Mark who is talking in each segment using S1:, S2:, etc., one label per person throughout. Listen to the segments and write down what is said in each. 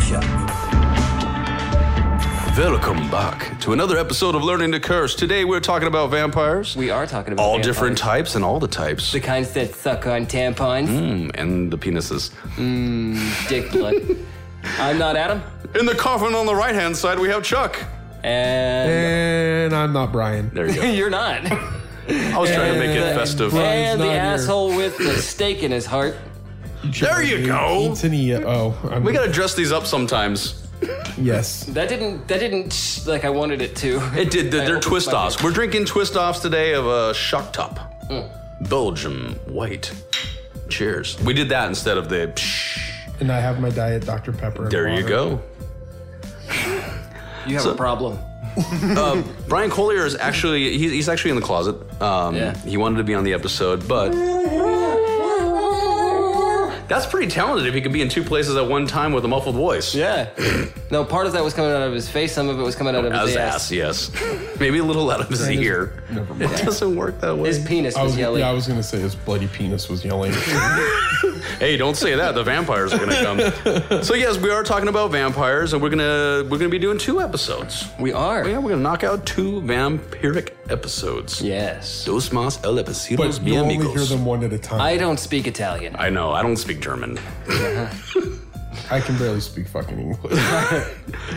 S1: Show.
S2: Welcome back to another episode of Learning to Curse. Today we're talking about vampires.
S1: We are talking about
S2: all
S1: vampires.
S2: different types and all the types.
S1: The kinds that suck on tampons,
S2: Mm, and the penises.
S1: dick blood. I'm not Adam,
S2: In the coffin on the right hand side, we have Chuck.
S1: and
S3: And I'm not Brian.
S2: There you go.
S1: you're not.
S2: I was trying to make it
S3: And-
S2: festive.
S3: Brian. Brian's
S1: and the
S3: not here.
S1: asshole with the steak in his heart.
S2: There you go.
S3: Anthony. Oh, I'm,
S2: We gotta dress these up sometimes.
S3: yes.
S1: That didn't. That didn't. sh- Like I wanted it to.
S2: It did.
S1: I
S2: They're
S1: opened
S2: twist
S1: my
S2: offs.
S1: beer.
S2: We're drinking twist offs today of a shock top, Belgium white. Cheers. We did that instead of the. Psh.
S3: And I have my diet Dr Pepper. and
S2: There you
S3: water.
S2: go.
S1: You have a problem.
S2: Brian Collier is actually he, he's actually in the closet. Um,
S1: Yeah.
S2: He wanted to be on the episode, but that's pretty talented if he could be in two places at one time with a muffled voice.
S1: Yeah. no, part of that was coming out of his face. Some of it was coming out of
S2: Out of
S1: his
S2: his
S1: ass.
S2: ass, yes. Maybe a little out of his
S3: That is-
S2: ear.
S3: never mind.
S2: It doesn't work that way.
S1: His penis
S3: I
S1: was
S3: was,
S1: yelling.
S3: Oh, yeah, I was gonna say his bloody penis was yelling.
S2: hey, don't say that. The vampires are gonna come. so yes, we are talking about vampires, and we're gonna we're gonna be doing two episodes. Oh,
S1: we
S3: Oh,
S1: are.
S2: Yeah, we're gonna knock out two vampiric episodes.
S1: Yes.
S2: Dos más el episodios,
S3: but
S2: mi
S3: you only hear
S2: amigos.
S3: them one at a time.
S1: I
S3: I,
S1: don't speak Italian.
S2: I know. I don't speak German.
S3: can barely speak fucking English.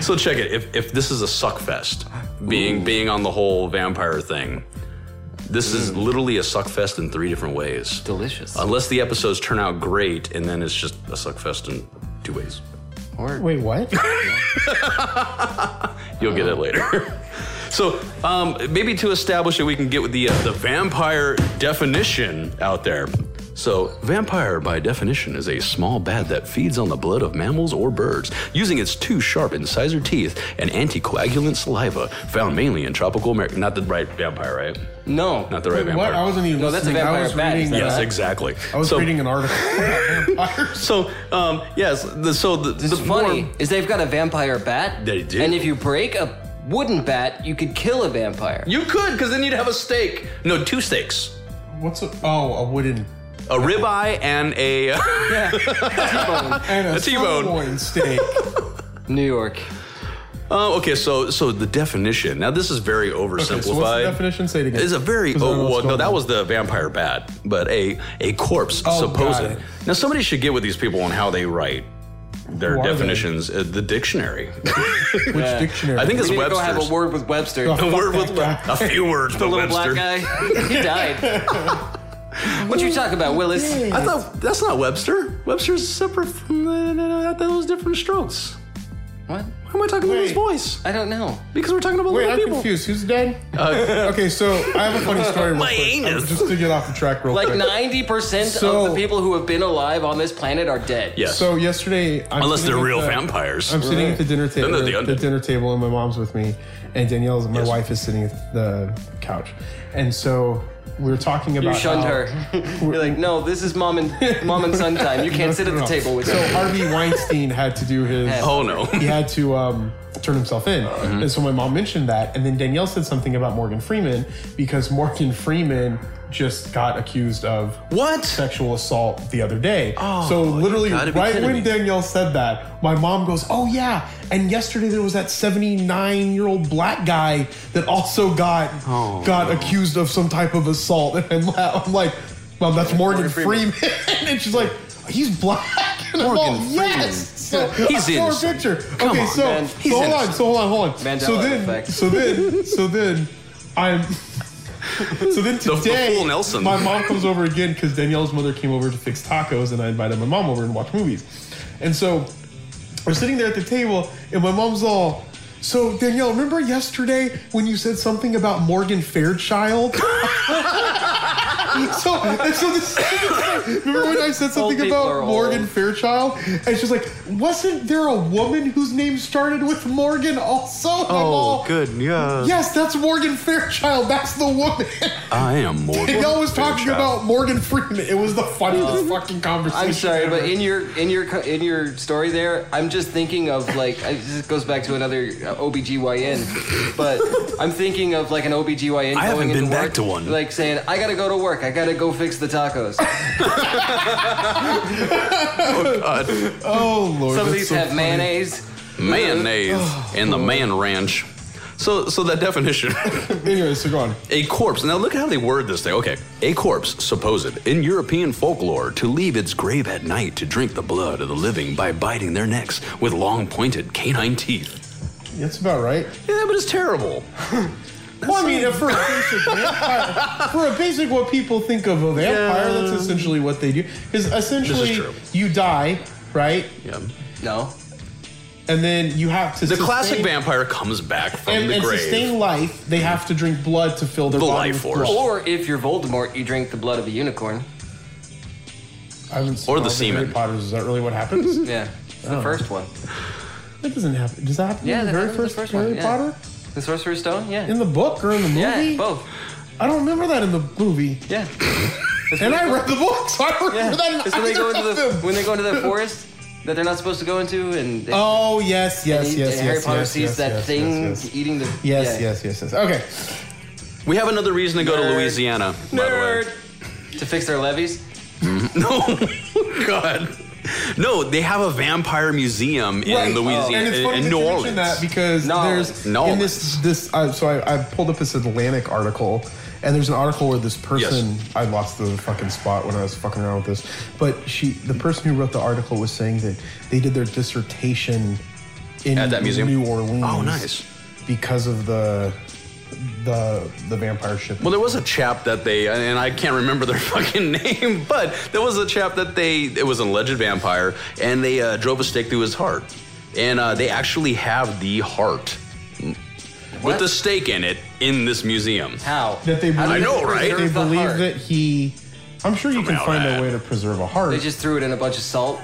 S2: So check it. If, if this is a suck fest, being being on the whole vampire thing, this is literally a suck fest in three different ways.
S1: Delicious.
S2: Unless the episodes turn out great, and then it's just a suck fest in two ways.
S1: Or-
S3: Wait, what?
S2: You'll get it
S3: Uh-huh.
S2: later. so um, maybe to establish it, we can get with the uh, the vampire definition out there. So, vampire by definition is a small bat that feeds on the blood of mammals or birds, using its two sharp incisor teeth and anticoagulant saliva, found mainly in tropical America. Not the right vampire, right?
S1: No.
S2: Not the right vampire.
S3: What? I wasn't even.
S1: No, that's a
S3: listening.
S1: vampire
S3: I was
S1: bat,
S3: reading.
S1: is that
S2: yes,
S1: right?
S2: exactly.
S3: I was
S2: so,
S3: reading an article about vampires.
S2: So, um, yes. The, so the, the
S1: What's funny
S2: more-
S1: is they've got a vampire bat.
S2: They do.
S1: And if you break a wooden bat, you could kill a vampire.
S2: you could, because then you'd have a steak. No, two steaks.
S3: What's a? Oh, a wooden.
S2: A ribeye and a.
S3: And a,
S2: A T-bone.
S3: sirloin steak.
S1: New York.
S2: Oh, okay. So, so the definition. Now, this is very oversimplified.
S3: Okay, so what's the definition? Say it again.
S2: It's a very
S3: 'Cause I don't know
S2: oh
S3: what's
S2: well, no,
S3: going
S2: that
S3: on.
S2: was the vampire bat, but a a corpse
S3: Oh,
S2: supposed.
S3: got it.
S2: Now, somebody should get with these people on how they write their
S3: Who are they?
S2: definitions. Uh, the dictionary.
S3: Which dictionary?
S2: I think it's
S1: We need to go have
S2: Webster's.
S1: a word with Webster.
S3: Oh,
S1: The
S2: A word
S3: Fuck
S2: with
S3: that
S2: a few words, but
S1: little
S2: Webster.
S1: black guy. He died. what you talking about, Willis?
S2: I thought that's not Webster. Webster's separate from the, that, that was different strokes.
S1: What?
S2: Why am I talking about his
S3: Wait.
S2: voice?
S1: I don't know.
S2: Because we're talking about
S3: Wait,
S2: little
S3: I'm
S2: people.
S3: confused. Who's dead? okay, so I have a funny story. Real
S2: Uh, My
S3: quick. I'm-
S2: anus.
S3: Just to get off the track real
S1: Like
S3: quick.
S1: 90%
S3: So-
S1: of the people who have been alive on this planet are dead.
S2: Yes.
S3: So yesterday, I'm
S2: Unless
S3: sitting
S2: they're
S3: at
S2: real
S3: the-
S2: vampires.
S3: I'm sitting at the dinner table.
S2: Then they're
S3: The,
S2: the undead.
S3: dinner table, and my mom's with me, and Danielle's my
S2: Yes.
S3: wife is sitting at the couch, and so we were talking about
S1: You shunned
S3: how-
S1: her. You're like, no, this is mom and mom and son time. You can't sit at
S3: No,
S1: the
S3: no.
S1: table with
S3: So
S1: them.
S3: Harvey Weinstein had to do his.
S2: oh no.
S3: He had to um, turn himself in,
S2: Uh-huh.
S3: and so my mom mentioned that, and then Danielle said something about Morgan Freeman because Morgan Freeman just got accused of
S2: what? Oh,
S3: sexual assault the other day. so literally,
S2: you gotta be
S3: right
S2: kidding
S3: when
S2: me.
S3: Danielle said that, my mom goes, "Oh yeah!" And yesterday there was that 79 year old black guy that also got
S2: Oh,
S3: got accused of some type of assault, and I'm, la- I'm like, "Well, that's Morgan, Freeman," and she's like, "He's black." And I'm
S2: Morgan
S3: all, Yes. So
S2: He's
S3: I saw her
S2: innocent.
S3: picture.
S2: Come
S3: okay,
S2: on,
S3: so,
S1: man.
S3: so
S1: He's
S3: hold on,
S1: innocent.
S3: so hold on, hold on.
S1: Mandela
S3: so then,
S1: effect.
S3: so then, so then, I'm. So then
S2: the
S3: today,
S2: full Nelson.
S3: my mom comes over again because Danielle's mother came over to fix tacos, and I invited my mom over and watch movies. And so we're sitting there at the table, and my mom's all, "So Danielle, remember yesterday when you said something about Morgan Fairchild?" so and so this, remember when I said something
S1: people are old.
S3: about Morgan Fairchild? And she's like, "Wasn't there a woman whose name started with Morgan also?" And I'm all,
S2: Oh, good. Yeah.
S3: Yes, that's Morgan Fairchild. That's the woman.
S2: I am Morgan.
S3: And y'all was talking
S2: Fairchild.
S3: about Morgan Freeman. It was the funniest fucking conversation.
S1: I'm sorry,
S3: ever.
S1: but in your in your co- in your story there, I'm just thinking of like I- this goes back to another uh, OBGYN, but I'm thinking of like an OBGYN.
S2: I haven't
S1: going into
S2: been back
S1: work,
S2: to one.
S1: Like saying, I gotta go to work. I I gotta go fix the tacos.
S3: Oh lord,
S1: Some of
S3: that's
S1: these
S3: so
S1: have
S3: funny.
S1: mayonnaise.
S2: mayonnaise
S3: Oh.
S2: and the man ranch. So, so that definition,
S3: Anyway, so go on.
S2: a corpse. Now look at how they word this thing. Okay, a corpse, supposed in European folklore, to leave its grave at night to drink the blood of the living by biting their necks with long pointed canine teeth.
S3: That's about right.
S2: Yeah, but it's terrible.
S3: Well, I mean, if for a basic vampire, for a basic what people think of a vampire,
S2: Yeah.
S3: that's essentially what they do. Because essentially,
S2: true.
S3: you die, right,
S2: Yeah.
S1: No.
S3: and then you have to
S2: The
S3: sustain-
S2: classic vampire comes back from
S3: and,
S2: the
S3: and
S2: grave.
S3: sustain life. They have to drink blood to fill their
S2: The
S3: body
S2: life
S3: with
S2: force.
S3: blood.
S1: Or if you're Voldemort, you drink the blood of a unicorn.
S3: I haven't seen
S2: Or
S3: all
S2: the semen.
S3: Harry Potter's. Is that really what happens?
S1: Yeah. It's
S3: Oh.
S1: the first one.
S3: that doesn't happen. Does that happen
S1: Yeah,
S3: in the
S1: that
S3: very
S1: happens in the
S3: first,
S1: first one,
S3: Harry
S1: yeah.
S3: Potter?
S1: The Sorcerer's Stone? Yeah.
S3: In the book or in the movie?
S1: yeah, both.
S3: I don't remember that in the movie.
S1: Yeah.
S3: And I read the book, so I don't
S1: Yeah.
S3: remember that in
S1: It's when they go
S3: either
S1: into
S3: of
S1: the
S3: them.
S1: when they go into the forest that they're not supposed to go into and they,
S3: Oh yes, yes,
S1: and
S3: yes, yes.
S1: Harry
S3: yes,
S1: Potter
S3: yes,
S1: sees
S3: yes,
S1: that
S3: yes,
S1: thing
S3: Yes, yes.
S1: eating the
S3: Yes,
S1: yeah.
S3: yes, yes, yes. Okay.
S2: we have another reason to go to
S1: Nerd.
S2: Louisiana. By the way.
S1: Nerd. To fix their levies.
S2: No, God. No, they have a vampire museum in
S3: Right. Oh,
S2: Louisiana,
S3: and it's funny
S2: in
S3: that
S2: New
S3: you
S2: Orleans.
S3: mentioned that because
S1: New
S3: there's
S2: Orleans. New
S3: in this this. Uh, so I, I pulled up this Atlantic article, and there's an article where this person I lost the fucking spot when I was fucking around with this, but she the person who wrote the article was saying that they did their dissertation in
S2: At that museum?
S3: New Orleans.
S2: Oh, nice.
S3: Because of the the the vampire ship.
S2: well, there was a chap that they, and I can't remember their fucking name, but there was a chap that they, it was an alleged vampire, and they uh, drove a stake through his heart. And uh, they actually have the heart with
S1: What?
S2: the stake in it in this museum.
S1: How?
S3: that they
S1: How do
S3: believe,
S1: you
S2: I know, right?
S3: They
S1: preserve the
S3: believe
S1: heart?
S3: that he. I'm sure you can
S2: Somehow
S3: find
S2: that-
S3: a way to preserve a heart.
S1: They just threw it in a bunch of salt.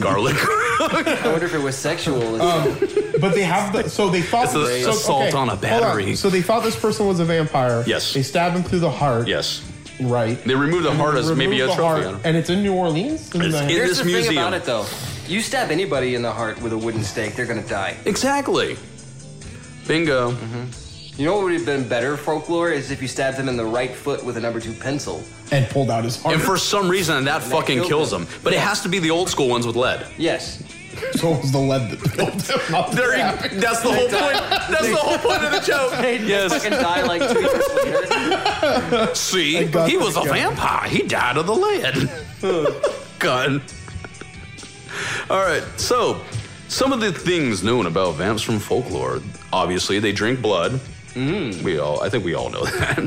S2: Garlic.
S1: I wonder if it was sexual.
S3: Um, But they have the so they thought
S2: It's a-
S3: so,
S2: assault on a
S3: hold
S2: battery.
S3: So they thought this person was a vampire.
S2: Yes.
S3: They stabbed him through the heart.
S2: yes.
S3: Right.
S2: They removed the heart as
S3: Removed
S2: maybe a
S3: the
S2: trophy.
S3: heart,
S2: I don't-
S3: and it's in New Orleans. Isn't
S2: It's
S3: that-
S2: in-
S1: Here's
S2: this
S1: the
S2: museum.
S1: thing about it, though. You stab anybody in the heart with a wooden stake, they're gonna die.
S2: Exactly. Bingo.
S3: Mm-hmm.
S1: You know what would have been better folklore is if you stabbed him in the right foot with a number two pencil.
S3: and pulled out his heart.
S2: And for some reason, that fucking
S1: killed
S2: kills
S1: him.
S2: them. But it has to be the old school ones with lead.
S1: Yes.
S3: so it was the lead that killed him. Not the
S2: There
S3: stab.
S2: you, that's the whole point. That's the whole point of the joke.
S1: Fucking
S2: Yes.
S1: die like two years later.
S2: See,
S3: Thank God
S2: he
S3: for
S2: was
S3: the
S2: a
S3: gun.
S2: vampire. He died of the lead. Gun. All right. So, some of the things known about vamps from folklore. Obviously, they drink blood.
S3: Mm.
S2: We all, I think we all know that.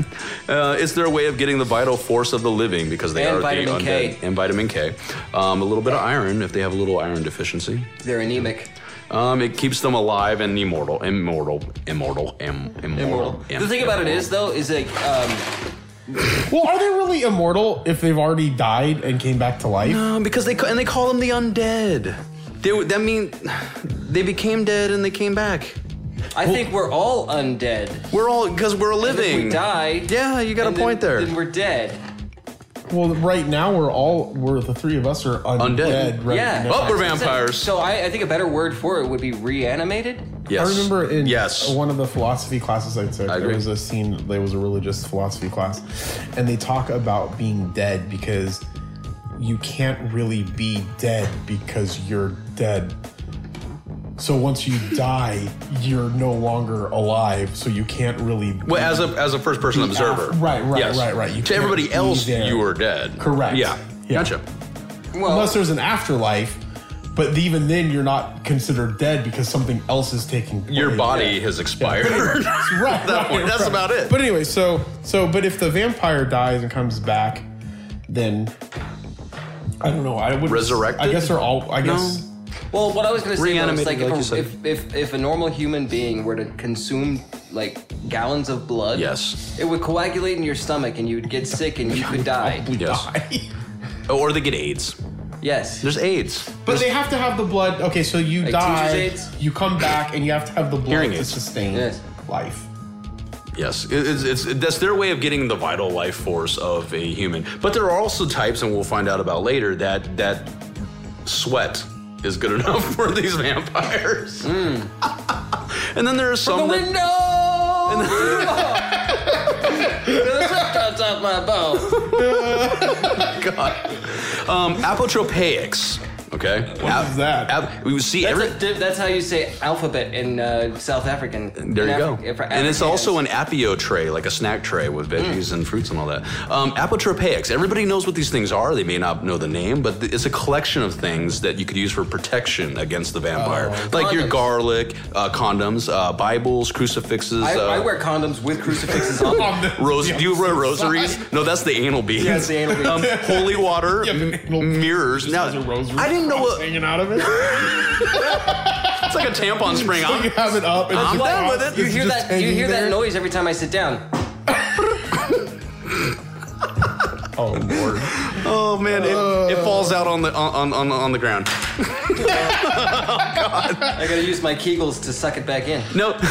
S2: Uh, it's their way of getting the vital force of the living because they
S1: And
S2: are the undead.
S1: vitamin K.
S2: And vitamin K. Um, a little bit of iron if they have a little iron deficiency.
S1: They're anemic.
S2: Um, it keeps them alive and immortal, immortal, immortal, im, immortal.
S1: Immortal.
S2: im-
S1: the thing about it is, though, is like, um,
S3: Well, are they really immortal if they've already died and came back to life?
S2: Um, because they ca- and they call them the undead. They were- that mean they became dead and they came back.
S1: I think we're all undead.
S2: We're all because we're living.
S1: If we die.
S2: Yeah, you got a
S1: and then-
S2: point there.
S1: Then we're dead.
S3: Well, right now we're all we're the three of us are undead.
S2: Undead.
S3: Right
S1: Yeah.
S3: now.
S2: Well, we're
S1: That's what I'm saying.
S2: vampires.
S1: So I, I think a better word for it would be reanimated.
S2: yes.
S3: I remember in
S2: yes.
S3: one of the philosophy classes I took,
S2: I
S3: there
S2: agree.
S3: was a scene, there was a religious philosophy class, and they talk about being dead because you can't really be dead because you're dead. So once you die, you're no longer alive, so you can't really. be-
S2: Well, as a as a first person
S3: The af-
S2: observer.
S3: right, right,
S2: Yes.
S3: right, right. You
S2: to
S3: can't
S2: everybody
S3: be
S2: else,
S3: there.
S2: you were dead.
S3: Correct.
S2: Yeah.
S3: Yeah.
S2: Gotcha.
S1: Well,
S3: Unless there's an afterlife, but even then, you're not considered dead because something else is taking place.
S2: Your body has expired.
S3: right,
S2: that
S3: right,
S2: point. That's
S3: right.
S2: about it.
S3: But anyway, so so but if the vampire dies and comes back, then I don't know. I would
S2: Resurrected?
S3: I guess they're all. I guess
S1: Well, what I was going to say though,
S2: Reanimated,
S1: is like,
S2: like you
S1: if, a,
S2: said.
S1: if, if if a normal human being were to consume like gallons of blood,
S2: Yes.
S1: it would coagulate in your stomach and you'd get sick and you could die.
S3: we
S2: Yes.
S3: die.
S2: Oh, or they get AIDS.
S1: Yes.
S2: There's AIDS.
S3: But they have to have the blood. Okay, so you
S1: Like
S3: die,
S1: teacher's aids?
S3: you come back, and you have to have the blood
S2: Hearing
S3: to
S2: aids.
S3: sustain
S1: Yes.
S3: life.
S2: Yes, it- it's, it's, that's their way of getting the vital life force of a human. But there are also types, and we'll find out about later, that that sweat is good enough for these vampires. and then there are
S1: The
S2: some that,
S1: window. cuts off my bow.
S2: Um, apotropaics. Okay. What
S3: is that?
S2: Ap- we see
S1: That's,
S2: every.
S1: a di- that's how you say alphabet in uh, South African.
S2: there
S1: in
S2: you
S1: Afri-
S2: go.
S1: for
S2: and it's
S1: Africans.
S2: also an apio tray, like a snack tray with veggies and fruits and all that. Um, apotropaics. Everybody knows what these things are. They may not know the name, but th- it's a collection of things that you could use for protection against the vampire, like your
S1: Condoms.
S2: garlic, uh, condoms, uh, Bibles, crucifixes.
S1: I,
S2: uh,
S1: I wear condoms with crucifixes on. them.
S2: Rose, do you wear rosaries?
S3: Sorry.
S2: No, that's the anal beads.
S1: That's the anal beads.
S2: Um, holy water,
S3: Yeah,
S2: m-
S3: but anal beads
S2: mirrors.
S3: just
S2: Now,
S3: has a rosary
S2: I didn't know
S3: cross
S2: what
S3: hanging out of it.
S2: it's like a tampon spring.
S3: So you
S2: I'm,
S3: have it up. And
S2: I'm
S3: it's
S2: down
S3: crossed.
S2: with it.
S1: You
S3: It's
S1: hear
S3: just
S1: that? You
S3: hanging
S1: hear
S3: there.
S1: that noise every time I sit down.
S3: Oh, Lord.
S2: oh man, it, it falls out on the on on, on the ground.
S1: I gotta use my Kegels to suck it back in.
S2: No,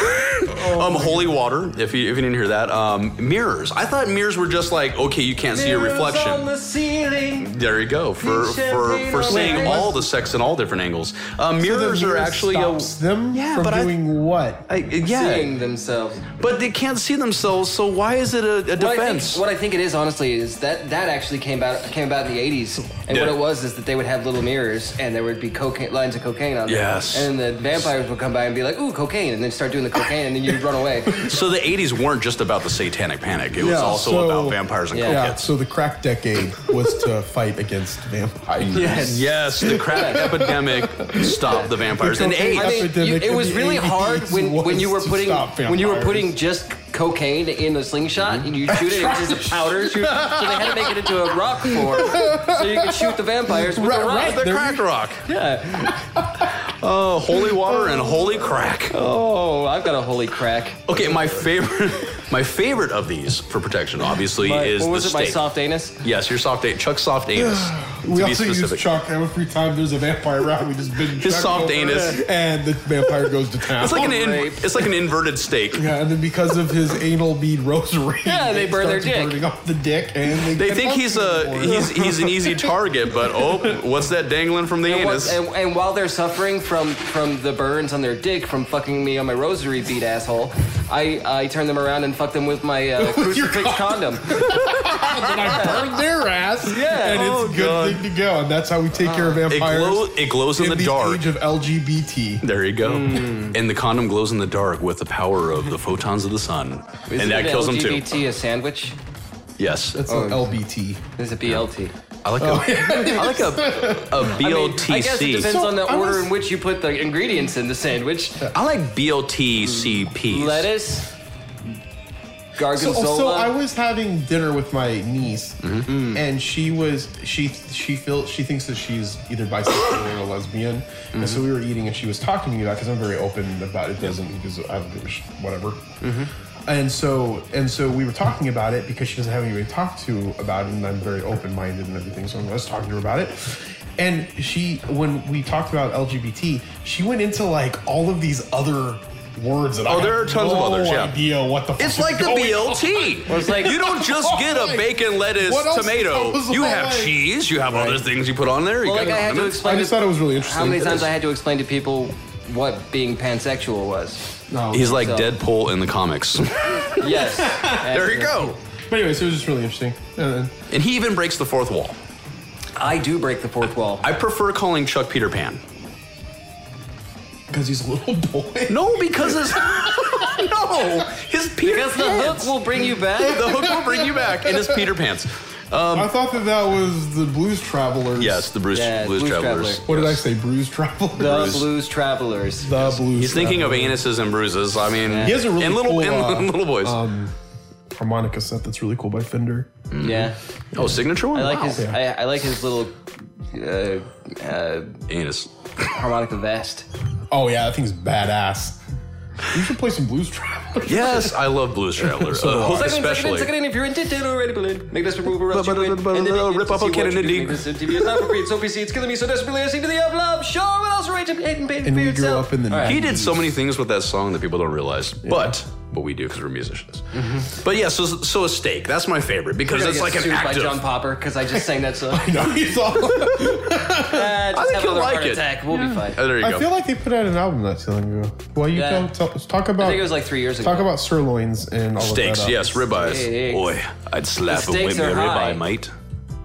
S1: Oh
S2: um, holy water. If you if you didn't hear that, um, mirrors. I thought mirrors were just like okay, you can't see your
S1: Mirrors on
S2: reflection.
S1: the ceiling.
S2: There you go for
S1: Champagne
S2: for for
S1: on
S2: seeing
S1: the
S2: all
S1: ice.
S2: the sex in all different angles. Uh, mirrors are actually a,
S3: stops them
S2: Yeah,
S3: from
S2: but I-
S3: doing what?
S2: I, uh, yeah,
S1: Seeing themselves.
S2: But they can't see themselves, so why is it a, a
S1: What I,
S2: defense?
S1: think, what I think it is, honestly, is that that actually came about came about in the '80s, and
S2: Yeah.
S1: what it was is that they would have little mirrors, and there would be cocaine lines of cocaine on them.
S2: Yes.
S1: And then the vampires would come by and be like, "Ooh, cocaine," and then start doing the cocaine, and then you'd run away.
S2: so the 80s weren't just about the satanic panic. It was
S3: Yeah,
S2: also
S3: so-
S2: about vampires and
S1: Yeah.
S3: Yeah,
S2: cokeheads.
S3: so the crack decade was to fight against vampires.
S1: Yes.
S2: Yes, the crack epidemic stopped the vampires. And
S3: The cocaine
S2: AIDS.
S1: I mean, you,
S3: Epidemic
S1: it
S3: in
S1: was
S3: the
S1: really
S3: 80s
S1: hard when, when you were
S3: was to
S1: putting
S3: stop
S1: when you were
S3: vampires. Mm-hmm.
S1: putting just cocaine in a slingshot and you shoot it, it was just a powder shoot. So they had to make it into a rock form so you could shoot the vampires with a
S3: Right,
S1: rock.
S3: right.
S2: the
S3: There
S2: crack rock.
S1: Yeah.
S2: Oh, holy water and holy crack.
S1: Oh, I've got a holy crack.
S2: Okay, my favorite, my favorite of these for protection, obviously,
S1: My-
S2: is
S1: what was
S2: the
S1: it? My
S2: stake.
S1: soft anus.
S2: Yes, your soft anus. Chuck's soft anus. to
S3: We
S2: be
S3: also use
S2: specific.
S3: Chuck every time there's a vampire around. We just binge
S2: His
S3: Chuck
S2: soft
S3: over,
S2: anus.
S3: and the vampire goes to town.
S2: It's like an in,
S1: Rape.
S2: it's like an inverted stake.
S3: yeah, and then because of his anal bead rosary,
S1: Yeah, they burn their
S3: starts
S1: dick.
S3: burning off the dick, and they,
S2: They
S3: can't
S2: think he's
S3: function
S2: a
S3: anymore.
S2: he's, he's an easy target, but oh, what's that dangling from the
S1: And, while-
S2: anus?
S1: and- and while they're suffering from from the burns on their dick from fucking me on my rosary bead asshole, I I turn them around and fuck them with my uh,
S3: your
S1: crucifix condom.
S3: and I burned their ass.
S1: Yeah.
S3: and it's
S2: Oh,
S3: a good
S2: God.
S3: thing to go, and that's how we take care of
S2: It,
S3: vampires.
S2: glow, it glows in the dark.
S3: age of LGBT.
S2: There you go. And the condom glows in the dark with the power of the photons of the sun, and that kills him too.
S1: LGBT a sandwich?
S2: Yes,
S3: That's an LBT.
S1: There's a BLT.
S2: I like a I like a a
S1: Oh, I mean,
S2: BLTC.
S1: I guess it depends
S3: So,
S1: on the
S3: I
S1: order
S3: was-
S1: in which you put the ingredients in the sandwich.
S2: I like BLTCPs.
S1: Lettuce,
S3: So,
S1: gargonzola.
S3: so I was having dinner with my niece,
S2: Mm-hmm. Mm.
S3: and she was she she feels she thinks that she's either bisexual or a lesbian, and
S2: Mm-hmm.
S3: so we were eating, and she was talking to me about because I'm very open about it doesn't because I don't give a sh- whatever,
S2: Mm-hmm.
S3: and so and so we were talking about it because she doesn't have anybody to talk to about it, and I'm very open minded and everything, so I was talking to her about it. And she, when we talked about LGBT, she went into like all of these other words that I
S2: Oh, there are
S3: have
S2: tons of
S3: no
S2: others, yeah.
S3: idea what the
S2: It's
S3: fuck
S2: like
S3: is
S2: the
S3: going on.
S2: BLT.
S1: It's like-
S2: you don't just get a
S3: Like,
S2: bacon, lettuce,
S3: what else-
S2: tomato.
S3: I was
S2: You have
S3: like-
S2: cheese. You have other things you put on there. You
S1: well, like
S2: got
S1: I had to
S2: condiments.
S1: explain.
S3: I just
S1: to-
S3: thought it was really
S1: How many
S3: interesting.
S1: times I had to explain to people what being pansexual was?
S3: No.
S2: He's like
S1: So-
S2: Deadpool in the comics.
S1: Yes.
S2: there you go.
S3: But anyways, it was just really interesting. Uh, And then-
S2: And he even breaks the fourth wall.
S1: I do break the fourth wall.
S2: I prefer calling Chuck Peter Pan.
S3: Because he's a little boy.
S2: No, because it's no his Peter
S1: Because the
S2: Pants.
S1: hook will bring you back.
S2: the hook will bring you back in his Peter Pants.
S3: I thought that that was the Blues Travelers.
S2: Um, Yes, the Bruce
S1: Yeah,
S2: Blues
S1: Blues
S2: Travelers.
S1: Traveler.
S3: What did I say? Blues Travelers.
S1: The Blues Travelers.
S3: The Blues.
S2: He's thinking of
S3: Travelers.
S2: anuses and bruises. I mean,
S3: He has a really
S2: and little
S3: cool,
S2: and,
S3: uh,
S2: and little boys.
S3: Um, harmonica set that's really cool by Fender.
S1: Yeah.
S2: oh, signature one.
S1: I like
S2: Wow.
S1: his. I, I like his little uh, uh,
S2: anus.
S1: harmonica vest.
S3: Oh yeah, that thing's badass. You should play some Blues Travelers.
S2: Yes, I love Blues Traveler,
S3: So do
S2: uh,
S3: I. Second,
S1: Second in, second in,
S2: especially.
S1: second in, if you're intended already, Berlin. Make this remove or else you win.
S2: Rip
S1: And then you get
S2: up
S1: to see
S2: on
S1: what you
S2: Canada
S1: do.
S2: Dig.
S1: Make this MTV is not appropriate. Sophie C, it's killing me so desperately. I sing to the uplob. Show what else right to hate and pain
S3: And
S1: for
S3: we grew
S1: yourself.
S3: up in the
S1: All right.
S2: He did so many things with that song that people don't realize. But what we do because we're musicians.
S3: Mm-hmm.
S2: But yeah, so so a steak. That's my favorite because
S1: Gonna
S2: it's
S1: get
S2: like an
S1: sued by
S2: active.
S1: John Popper because I just sang that song.
S3: You know, he's all-
S1: Ah, just
S2: I think
S1: have
S2: you'll
S1: another
S2: like
S1: heart
S2: it.
S1: attack. We'll be fine.
S2: Oh, there you
S3: I
S2: go.
S3: feel like they put out an album not too long ago. Well, you
S1: Yeah.
S3: don't tell, talk about.
S1: I think it was like three years ago.
S3: talk about sirloins and all
S2: Steaks,
S3: of that. up.
S2: yes, ribeyes.
S1: Steaks.
S2: Boy, I'd slap
S1: The
S2: a
S1: steaks
S2: with me
S1: are high.
S2: ribeye, mate.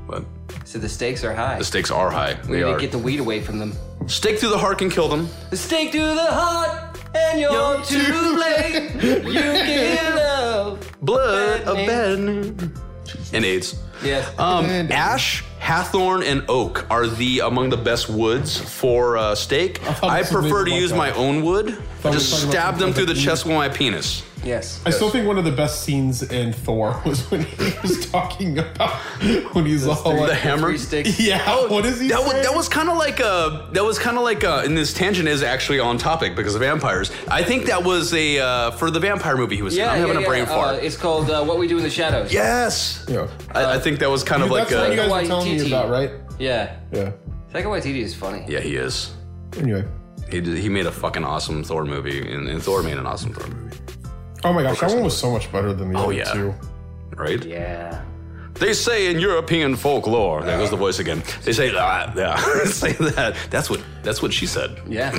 S2: But
S1: so the stakes are high.
S2: the stakes are high.
S1: we
S2: They
S1: need
S2: are.
S1: to get the weed away from them.
S2: Stake through the heart can kill them.
S1: The stake to the heart, and you're, too late. you give love.
S2: Blood
S1: Bad
S2: of
S1: name.
S2: bad name. And AIDS.
S1: Yes.
S2: Um,
S3: And-
S2: ash, hawthorn, and oak are the among the best woods for uh, steak.
S3: thought
S2: I
S3: this was
S2: prefer to
S3: maybe
S2: use
S3: like
S2: my
S3: a-
S2: own wood. I
S3: we
S2: just
S3: were talking
S2: stab
S3: about
S2: them through the
S3: something
S2: chest with my penis.
S1: yes.
S3: I still think one of the best scenes in Thor was when he was talking about when he's all
S2: The
S3: Oh, like,
S2: hammer.
S1: Three stakes.
S3: yeah, what is he?
S2: Oh, That was,
S3: saying?
S2: that was kind of like a that was kind of like a, and this tangent is actually on topic because of vampires. I think that was a uh, for the vampire movie he was in. I'm having a brain
S1: yeah.
S2: fart.
S1: Uh, it's called uh, What We Do in the Shadows.
S2: yes.
S3: Yeah.
S2: I, I think that was kind of like uh,
S3: That's what you
S2: a
S3: guys were
S1: White
S3: telling me
S1: TT.
S3: about, right?
S1: Yeah.
S3: Yeah.
S1: Taika Waititi is funny.
S2: yeah he is.
S3: Anyway.
S2: He, did- he made a fucking awesome Thor movie, and, and Thor made an awesome Thor movie,
S3: Oh my gosh, that one was so much better than the other
S2: Oh, yeah.
S3: two.
S2: right?
S1: Yeah.
S2: They say in European folklore, there goes the voice again. They say that, yeah, say that. That's what that's what she said.
S1: Yeah.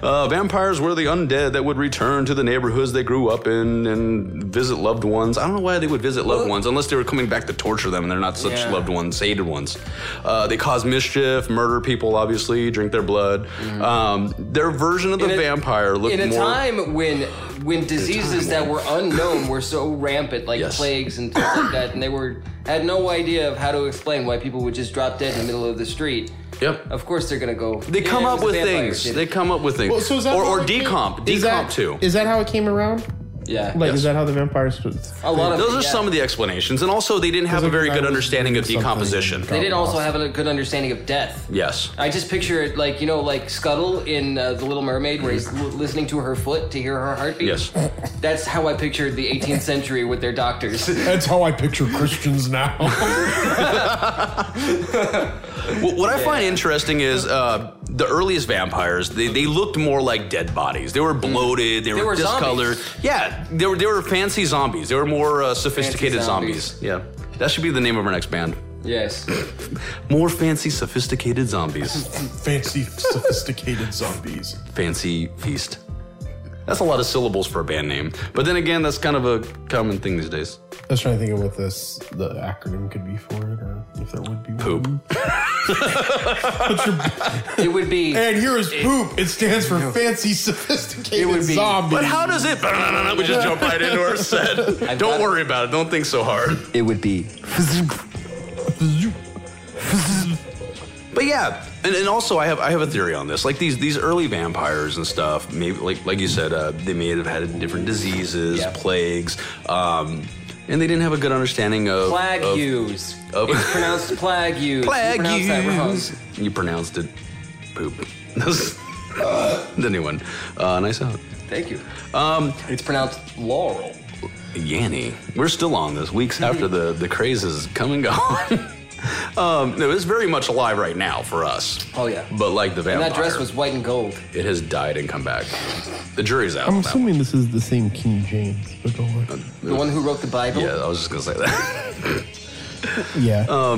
S2: Uh, vampires were the undead that would return to the neighborhoods they grew up in and visit loved ones. I don't know why they would visit loved ones unless they were coming back to torture them, and they're not such
S1: Yeah.
S2: loved ones, hated ones. Uh, they cause mischief, murder people, obviously, drink their blood. Um, their version of the
S1: Mm-hmm. In a-
S2: vampire looked
S1: in a
S2: more.
S1: time when when diseases that were unknown were so rampant, like
S2: Yes.
S1: plagues and things like that, and they were had no idea of how to explain why people would just drop dead in the middle of the street.
S2: Yep.
S1: Of course, they're gonna go.
S2: They come
S1: "Yeah, it
S2: up
S1: was
S2: with
S1: the vampires
S2: things.
S1: did it."
S2: They come up with things.
S3: Well, so is that
S2: or
S3: how
S2: or
S3: it came-
S2: decomp.
S3: is
S2: Decomp
S3: that-
S2: too.
S3: Is that how it came around?
S1: yeah.
S3: Like,
S2: Yes.
S3: is that how the vampires?
S1: a lot of
S2: Those are
S1: yeah.
S2: some of the explanations, and also they didn't have a
S3: Because, like,
S2: very
S3: I
S2: good
S3: was
S2: understanding
S3: reading
S2: of
S3: something.
S2: decomposition.
S1: They did also have a good understanding of death.
S2: Yes.
S1: I just picture it like you know, like Scuttle in uh, The Little Mermaid, where he's l- listening to her foot to hear her heartbeat.
S2: Yes.
S1: that's how I pictured the 18th century with their doctors.
S3: That's how I picture Christians now.
S2: What, what I find interesting is uh, the earliest vampires. They, they looked more like dead bodies. They were bloated. They, were,
S1: Mm. were
S2: discolored. Yeah, they were they were fancy zombies. They were more uh, sophisticated
S1: zombies.
S2: zombies. Yeah, that should be the name of our next band.
S1: yes.
S2: More fancy, sophisticated zombies.
S3: Fancy, sophisticated zombies.
S2: Fancy Feast. That's a lot of syllables for a band name. But then again, that's kind of a common thing these days.
S3: I was trying to think of what this the acronym could be for it, or if there would be one.
S2: Poop.
S1: It would be.
S3: And here is poop. It stands for fancy, sophisticated
S1: It would be-
S3: zombies.
S2: But how does it? We just jump right into our set. Don't
S1: got it.
S2: worry about it. Don't think so hard.
S1: It would be.
S2: But yeah, and, and also I have I have a theory on this. Like these these early vampires and stuff. Maybe like like you said, uh, they may have had different diseases,
S1: Yeah.
S2: plagues, um, and they didn't have a good understanding of
S1: Plague
S2: of-
S1: use.
S2: of-
S1: it's pronounced plague use.
S2: Plague
S1: you pronounced that wrong.
S2: use. You pronounced it poop. the new one. Uh, nice out.
S1: Thank you. Um, it's pronounced laurel.
S2: Yanny. We're still on this. Weeks after the the craze is come and gone. um, no, it's very much alive right now for us.
S1: Oh, yeah.
S2: But like the
S1: And
S2: vampire,
S1: that dress was white and gold.
S2: it has died and come back. The jury's out.
S3: I'm
S2: on that one.
S3: assuming this is the same King James, but don't worry.
S1: The one who wrote the Bible.
S2: Yeah, I was just gonna say that.
S3: Yeah.
S2: Uh,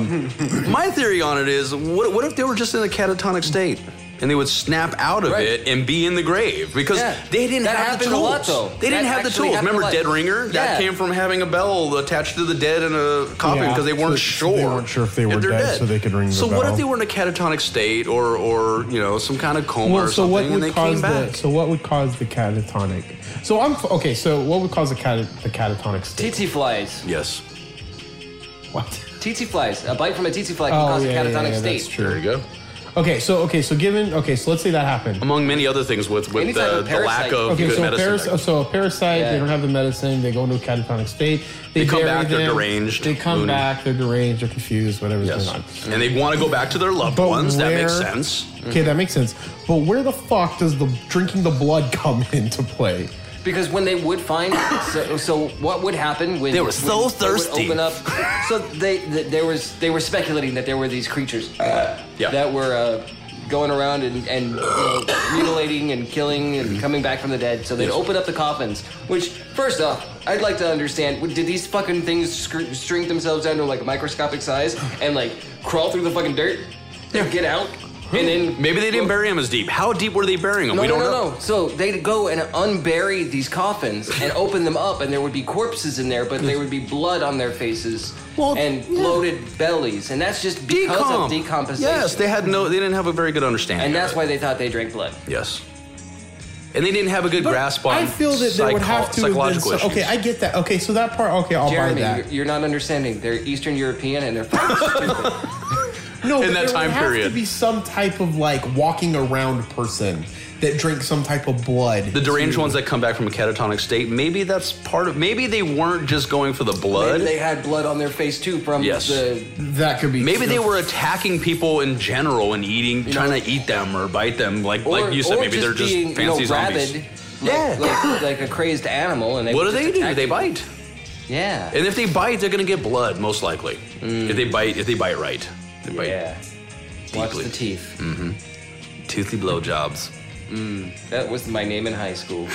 S2: My theory on it is, what, what if they were just in a catatonic state? And they would snap out of
S1: Right.
S2: it and be in the grave because
S1: Yeah.
S2: they didn't
S1: That
S2: have the
S1: happened a
S2: tools.
S1: lot, though.
S2: They didn't
S1: That
S2: have the
S1: actually
S2: tools.
S1: happened a
S2: Remember
S1: lot.
S2: Dead Ringer? That
S1: Yeah.
S2: came from having a bell attached to the dead in a coffin
S3: Yeah,
S2: because they weren't
S3: so
S2: sure.
S3: they weren't sure if they were
S2: they're
S3: dead, so they could ring the
S2: So what if
S3: bell.
S2: they were in a catatonic state or or you know some kind of coma
S3: well,
S2: or
S3: so
S2: something
S3: what
S2: and they
S3: would
S2: came
S3: cause
S2: back?
S3: the so what would cause the catatonic? So I'm f- okay. So what would cause the cat the catatonic state?
S1: Tsetse flies.
S2: yes,
S3: What?
S1: Tsetse flies. A bite from a tsetse fly can
S3: Oh
S1: cause
S3: yeah,
S1: a
S3: yeah,
S1: catatonic
S3: yeah,
S1: state.
S3: that's
S2: there you
S3: true.
S2: go.
S3: Okay, so okay, so given okay, so let's say that happened.
S2: Among many other things with with
S1: Any type
S2: the,
S1: of
S2: the lack
S1: parasite.
S2: of
S3: Okay,
S2: good
S3: so a,
S2: medicine.
S3: paras- oh, so a parasite,
S1: Yeah.
S3: they don't have the medicine, they go into a catatonic state. They,
S2: They come
S3: bury
S2: back, they're
S3: them,
S2: deranged,
S3: They come
S2: wounded.
S3: back, they're deranged, they're confused, whatever's
S2: yes,
S3: going on.
S2: and they want to go back to their loved ones. that makes
S3: where-
S2: sense.
S3: Okay, that makes sense. But where the fuck does the drinking the blood come into play?
S1: Because when they would find, so, so what would happen when
S2: They were
S1: when
S2: so
S1: would
S2: thirsty.
S1: open up, so they, th there was they were speculating that there were these creatures
S2: Yeah.
S1: that were uh, going around and, and you know, mutilating and killing
S2: Mm-hmm.
S1: and coming back from the dead. So they'd open up the coffins, which, first off, I'd like to understand w- did these fucking things scr- shrink themselves down to like microscopic size and like crawl through the fucking dirt and get out? And then
S2: Hmm. Maybe they didn't
S1: Well,
S2: bury him as deep. How deep were they burying him?
S1: no,
S2: we don't
S1: no,
S2: know.
S1: no, no. So they'd go and unbury these coffins and open them up, and there would be corpses in there, but there would be blood on their faces
S2: Well,
S1: and
S2: yeah.
S1: bloated bellies, and that's just because of
S2: Decomp.
S1: decomposition.
S2: Yes, they had no. They didn't have a very good understanding.
S1: and that's
S2: of it.
S1: why they thought they drank blood.
S2: Yes. And they didn't have a good
S3: But
S2: grasp on.
S3: I feel that they would
S2: psycho-
S3: have to. have been
S2: psychological
S3: so-
S2: issues.
S3: okay, I get that. Okay, so that part. Okay, I'll
S1: Jeremy,
S3: buy that.
S1: you're- you're not understanding. They're Eastern European, and they're fucking stupid.
S3: No, but
S2: that
S3: there
S2: time
S3: would have
S2: period.
S3: to be some type of like walking around person that drinks some type of blood.
S2: the deranged ones that come back from a catatonic state. Maybe that's part of. Maybe they weren't just going for the blood.
S1: Maybe they had blood on their face too from
S2: Yes.
S1: the.
S3: that could be.
S2: Maybe they
S3: true.
S2: were attacking people in general and eating, trying to eat them or bite them. Like
S1: Or,
S2: like you said,
S1: or
S2: maybe they're just
S1: being,
S2: fancy
S1: you know,
S2: zombies.
S1: Rabid,
S2: Yeah.
S1: like, like, like a crazed animal, and they
S2: What do
S1: would
S2: they
S1: just
S2: do?
S1: attack
S2: They
S1: you.
S2: bite.
S1: Yeah,
S2: And if they bite, they're gonna get blood, most likely. If they bite, if they bite right, they bite
S1: Hmm. yeah. Watch
S2: deeply.
S1: the teeth.
S2: toothy blowjobs.
S1: That was my name in high school.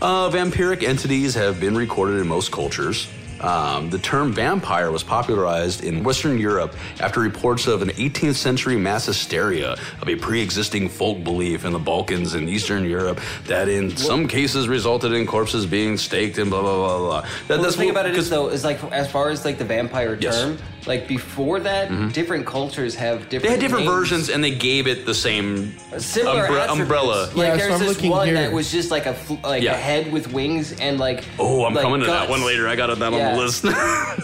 S2: Uh, vampiric entities have been recorded in most cultures. Um, the term vampire was popularized in Western Europe after reports of an 18th century mass hysteria of a pre existing folk belief in the Balkans and Eastern Europe that in some cases resulted in corpses being staked and blah, blah, blah, blah. That,
S1: Well, the thing
S2: what-
S1: about it is
S2: 'cause-
S1: though is like as far as like the vampire
S2: Yes. Mm-hmm.
S1: term, like before that, different cultures have different.
S2: They had different
S1: names.
S2: versions and they gave it the same umbre-
S1: Similar attributes.
S2: umbrella.
S1: Like
S3: Yeah, so
S1: there's
S3: I'm
S1: this
S3: looking
S1: one
S3: here.
S1: that was just like a fl- like
S2: Yeah.
S1: a head with wings and like.
S2: Oh, I'm
S1: like,
S2: coming to that
S1: guts.
S2: one later. I got that on
S1: Yeah.
S2: the list. Oh,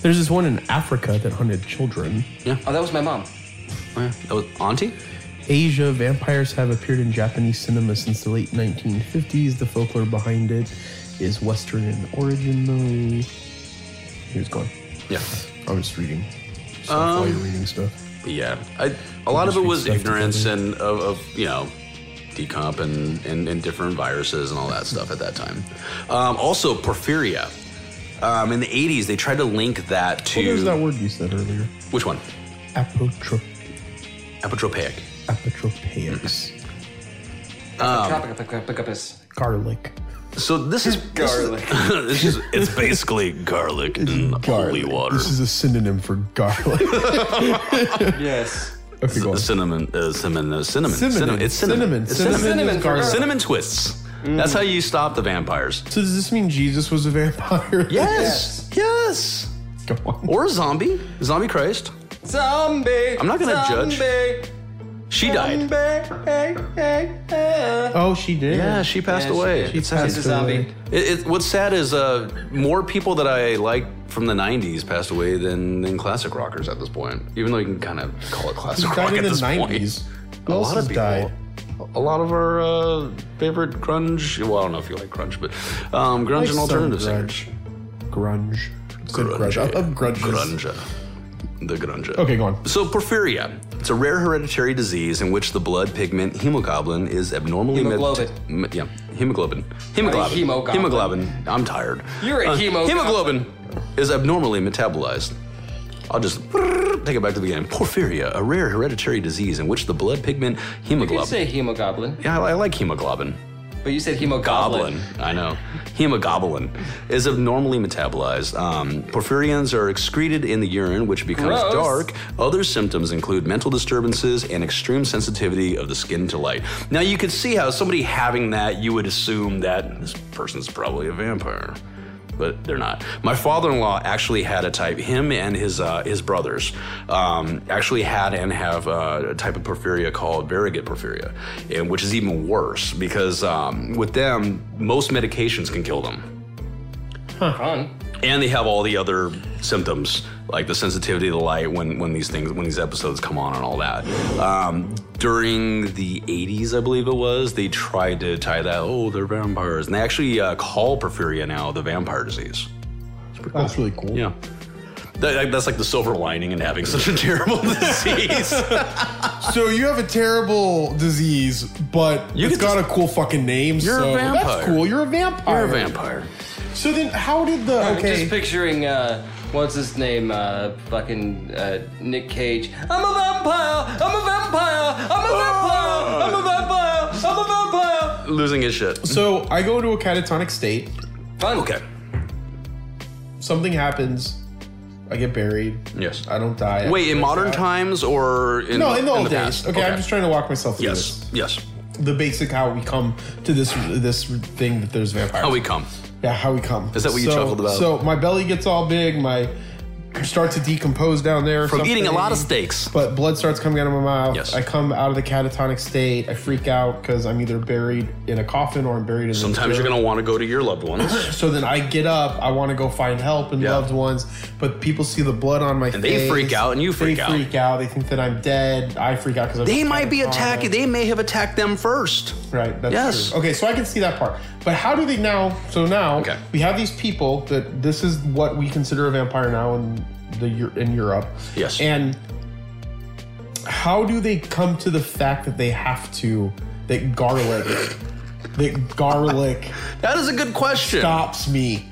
S3: There's this one in Africa that hunted children.
S1: Oh, that was my mom.
S2: that was Auntie?
S3: Asia, vampires have appeared in Japanese cinema since the late 1950s. The folklore behind it is Western in origin, though. Here's going.
S2: Yeah.
S3: I'm just reading. So while you're reading stuff.
S2: Yeah, I, a lot of it
S3: Industry
S2: was
S3: stuff
S2: ignorance
S3: together.
S2: and of, of you know, decomp and, and and different viruses and all that stuff at that time. Um, also, porphyria. Um, in the '80s, they tried to link that
S3: Well,
S2: to
S3: there's that word you said earlier.
S2: which one?
S3: Apotrop-
S2: Apotropaic.
S3: apotropaics. Um.
S1: Tropic- pick- pick- pick up his-
S3: Garlic.
S2: So this is
S1: Garlic.
S2: This is, it's basically garlic and Mm, holy water.
S3: This is a synonym for garlic.
S1: Yes.
S3: okay, go on.
S2: Cinnamon, uh, cinnamon, uh, cinnamon,
S3: Cinnamon.
S2: cinnamon. It's cinnamon.
S3: Cinnamon.
S2: It's cinnamon.
S3: Cinnamon is
S1: Cinnamon for
S3: garlic.
S1: garlic.
S2: Cinnamon twists. That's how you stop the vampires.
S3: So does this mean Jesus was a vampire?
S2: Yes. Yes.
S3: Go on.
S2: Or a zombie. Zombie Christ.
S1: Zombie.
S2: I'm not gonna judge.
S1: zombie,
S2: She died.
S1: Zombie. Hey, hey, hey.
S3: oh, she did.
S2: Yeah, she passed
S1: Yeah, she
S2: away.
S1: did.
S2: It's
S1: She's
S2: sad.
S1: a zombie.
S3: away.
S2: It, it, what's sad is uh, more people that I like from the '90s passed away than, than classic rockers at this point. Even though you can kind of call it classic
S3: She
S2: rock
S3: died in
S2: at
S3: the
S2: this
S3: 90s.
S2: point.
S3: Who
S2: a
S3: else
S2: lot
S3: has
S2: of people.
S3: died?
S2: A lot of our uh, favorite grunge. Well, I don't know if you like grunge, but um, grunge
S3: Like
S2: and
S3: some
S2: alternative
S3: grunge.
S2: singers.
S3: Grunge. Said grunge. I love grunges.
S2: Grunge. The grunge.
S3: Okay, go on.
S2: So porphyria. It's a rare hereditary disease in which the blood pigment hemoglobin is abnormally met-
S1: Hemoglobin.
S2: m- yeah, hemoglobin. Hemoglobin.
S1: hemoglobin.
S2: Hemoglobin. I'm tired. Uh,
S1: You're a hemoglobin.
S2: Hemoglobin is abnormally metabolized. I'll just take it back to the beginning. Porphyria, a rare hereditary disease in which the blood pigment
S1: You could
S2: hemoglobin.
S1: say hemoglobin,
S2: yeah, I, I like hemoglobin.
S1: but you said hemoglobin.
S2: Goblin. I know. Hemoglobin is abnormally metabolized. Um, porphyrins are excreted in the urine, which becomes
S1: Gross.
S2: dark. Other symptoms include mental disturbances and extreme sensitivity of the skin to light. Now, you could see how somebody having that, you would assume that this person's probably a vampire. But they're not. My father-in-law actually had a type. Him and his uh, his brothers um, actually had and have uh, a type of porphyria called variegate porphyria, and which is even worse because um, with them, most medications can kill them
S1: Fun.
S2: and they have all the other symptoms like the sensitivity to light when when these things when these episodes come on and all that um, during the 80s i believe it was they tried to tie that oh they're vampires and they actually uh, call porphyria now the vampire disease
S3: That's really cool.
S2: yeah That- that's like the silver lining in having such a terrible disease
S3: So you have a terrible disease, but
S2: You
S3: it's
S2: could
S3: got
S2: just-
S3: a cool fucking name.
S2: You're a
S3: so
S2: vampire.
S3: That's cool. You're a vampire.
S2: you're a vampire
S3: So then, how did the
S1: I'm
S3: okay?
S1: just picturing uh, what's his name? Uh, fucking uh, Nick Cage. I'm a vampire. I'm a vampire. I'm a vampire. I'm a vampire. I'm a vampire.
S2: Losing his shit.
S3: So I go into a catatonic state.
S1: Fun.
S2: Okay.
S3: Something happens. I get buried.
S2: Yes.
S3: I don't die.
S2: Wait, in
S3: I
S2: modern
S3: die.
S2: times or in
S3: No, in the old
S2: the
S3: days.
S2: past?
S3: Okay, I'm just trying to walk myself through
S2: Yes. Yes.
S3: this. The basic how we come to this this thing that there's vampires.
S2: How we come.
S3: Yeah, how we come.
S2: Is that what you
S3: so,
S2: chuckled about?
S3: So my belly gets all big, my starts to decompose down there.
S2: From eating a lot of steaks.
S3: But blood starts coming out of my mouth.
S2: Yes.
S3: I come out of the catatonic state. I freak out because I'm either buried in a coffin or I'm buried in
S2: Sometimes you're gonna want to go to your loved ones,
S3: to. So then I get up. I want to go find help and
S2: Yeah.
S3: loved ones, but people see the blood on my and
S2: they
S3: face.
S2: freak out and you freak
S3: they
S2: out.
S3: freak out. They think that I'm dead. I freak out because
S2: they might be attacking. They may have attacked them first.
S3: Right. That's
S2: Yes.
S3: True. Okay, so I can see that part. But how do they now? So now
S2: Okay.
S3: we have these people that this is what we consider a vampire now in the Eu- in Europe.
S2: Yes.
S3: And how do they come to the fact that they have to that garlic that garlic
S2: That is a good question.
S3: stops me?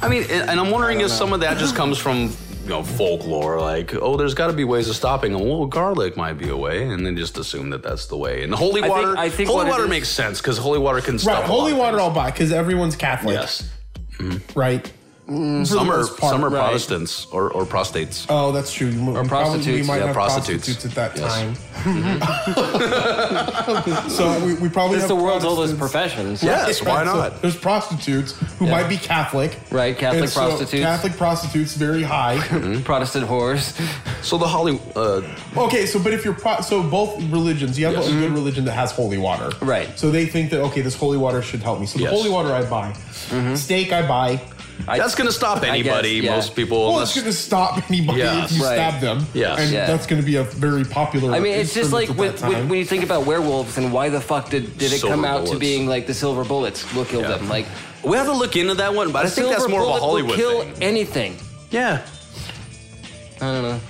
S2: I mean, and, and I'm wondering if some of that just comes from you know folklore, like oh, there's got to be ways of stopping them. Well, garlic might be a way, and then just assume that that's the way. And the holy
S1: think-
S2: water,
S1: I think
S2: holy
S1: what it
S2: water
S1: is-
S2: makes sense because holy water can stop.
S3: Right.
S2: a lot
S3: Holy
S2: of
S3: water
S2: things.
S3: I'll buy because everyone's Catholic.
S2: Yes.
S3: Right. For the
S2: Some are
S3: most part,
S2: some are
S3: right.
S2: Protestants or, or prostates.
S3: Oh, that's true. Or
S1: prostitutes,
S3: might
S2: yeah,
S3: have
S2: prostitutes.
S3: prostitutes. at that
S2: Yes. Mm-hmm.
S3: time. so we, we probably
S1: It's
S3: have
S1: the world's oldest
S3: Protestants.
S1: profession. so-
S2: Yes, why
S3: So
S2: not?
S3: there's prostitutes who might be Catholic.
S1: Right, Catholic
S3: And so
S1: prostitutes. Mm-hmm.
S3: Catholic prostitutes, very high.
S1: Protestant whores.
S2: So the holy uh,
S3: okay, so but if you're pro- so both religions, you have
S2: Yes.
S3: a good religion that has holy water.
S1: Right.
S3: So they think that okay, this holy water should help me. So the
S2: Yes.
S3: holy water I buy,
S1: Mm-hmm.
S3: steak I buy.
S1: I-
S2: that's gonna stop
S1: guess,
S2: anybody.
S1: yeah.
S2: Most people,
S3: Well,
S2: unless
S3: it's going to stop anybody
S2: Yes.
S3: if you
S1: Right.
S3: stab them.
S2: Yes.
S3: And
S1: Yeah.
S3: that's going to be a very popular.
S1: I mean, it's just like
S3: instrument
S1: with,
S3: at that
S1: with,
S3: time.
S1: when you think about werewolves and why the fuck did, did it
S2: Silver
S1: come out to
S2: bullets.
S1: being like the silver bullets will kill
S2: Yeah.
S1: them? Like,
S2: we have to look into that one. But I think
S1: silver
S2: that's more of a
S1: bullet
S2: Hollywood
S1: will kill
S2: thing.
S1: anything.
S2: Yeah.
S1: I don't know.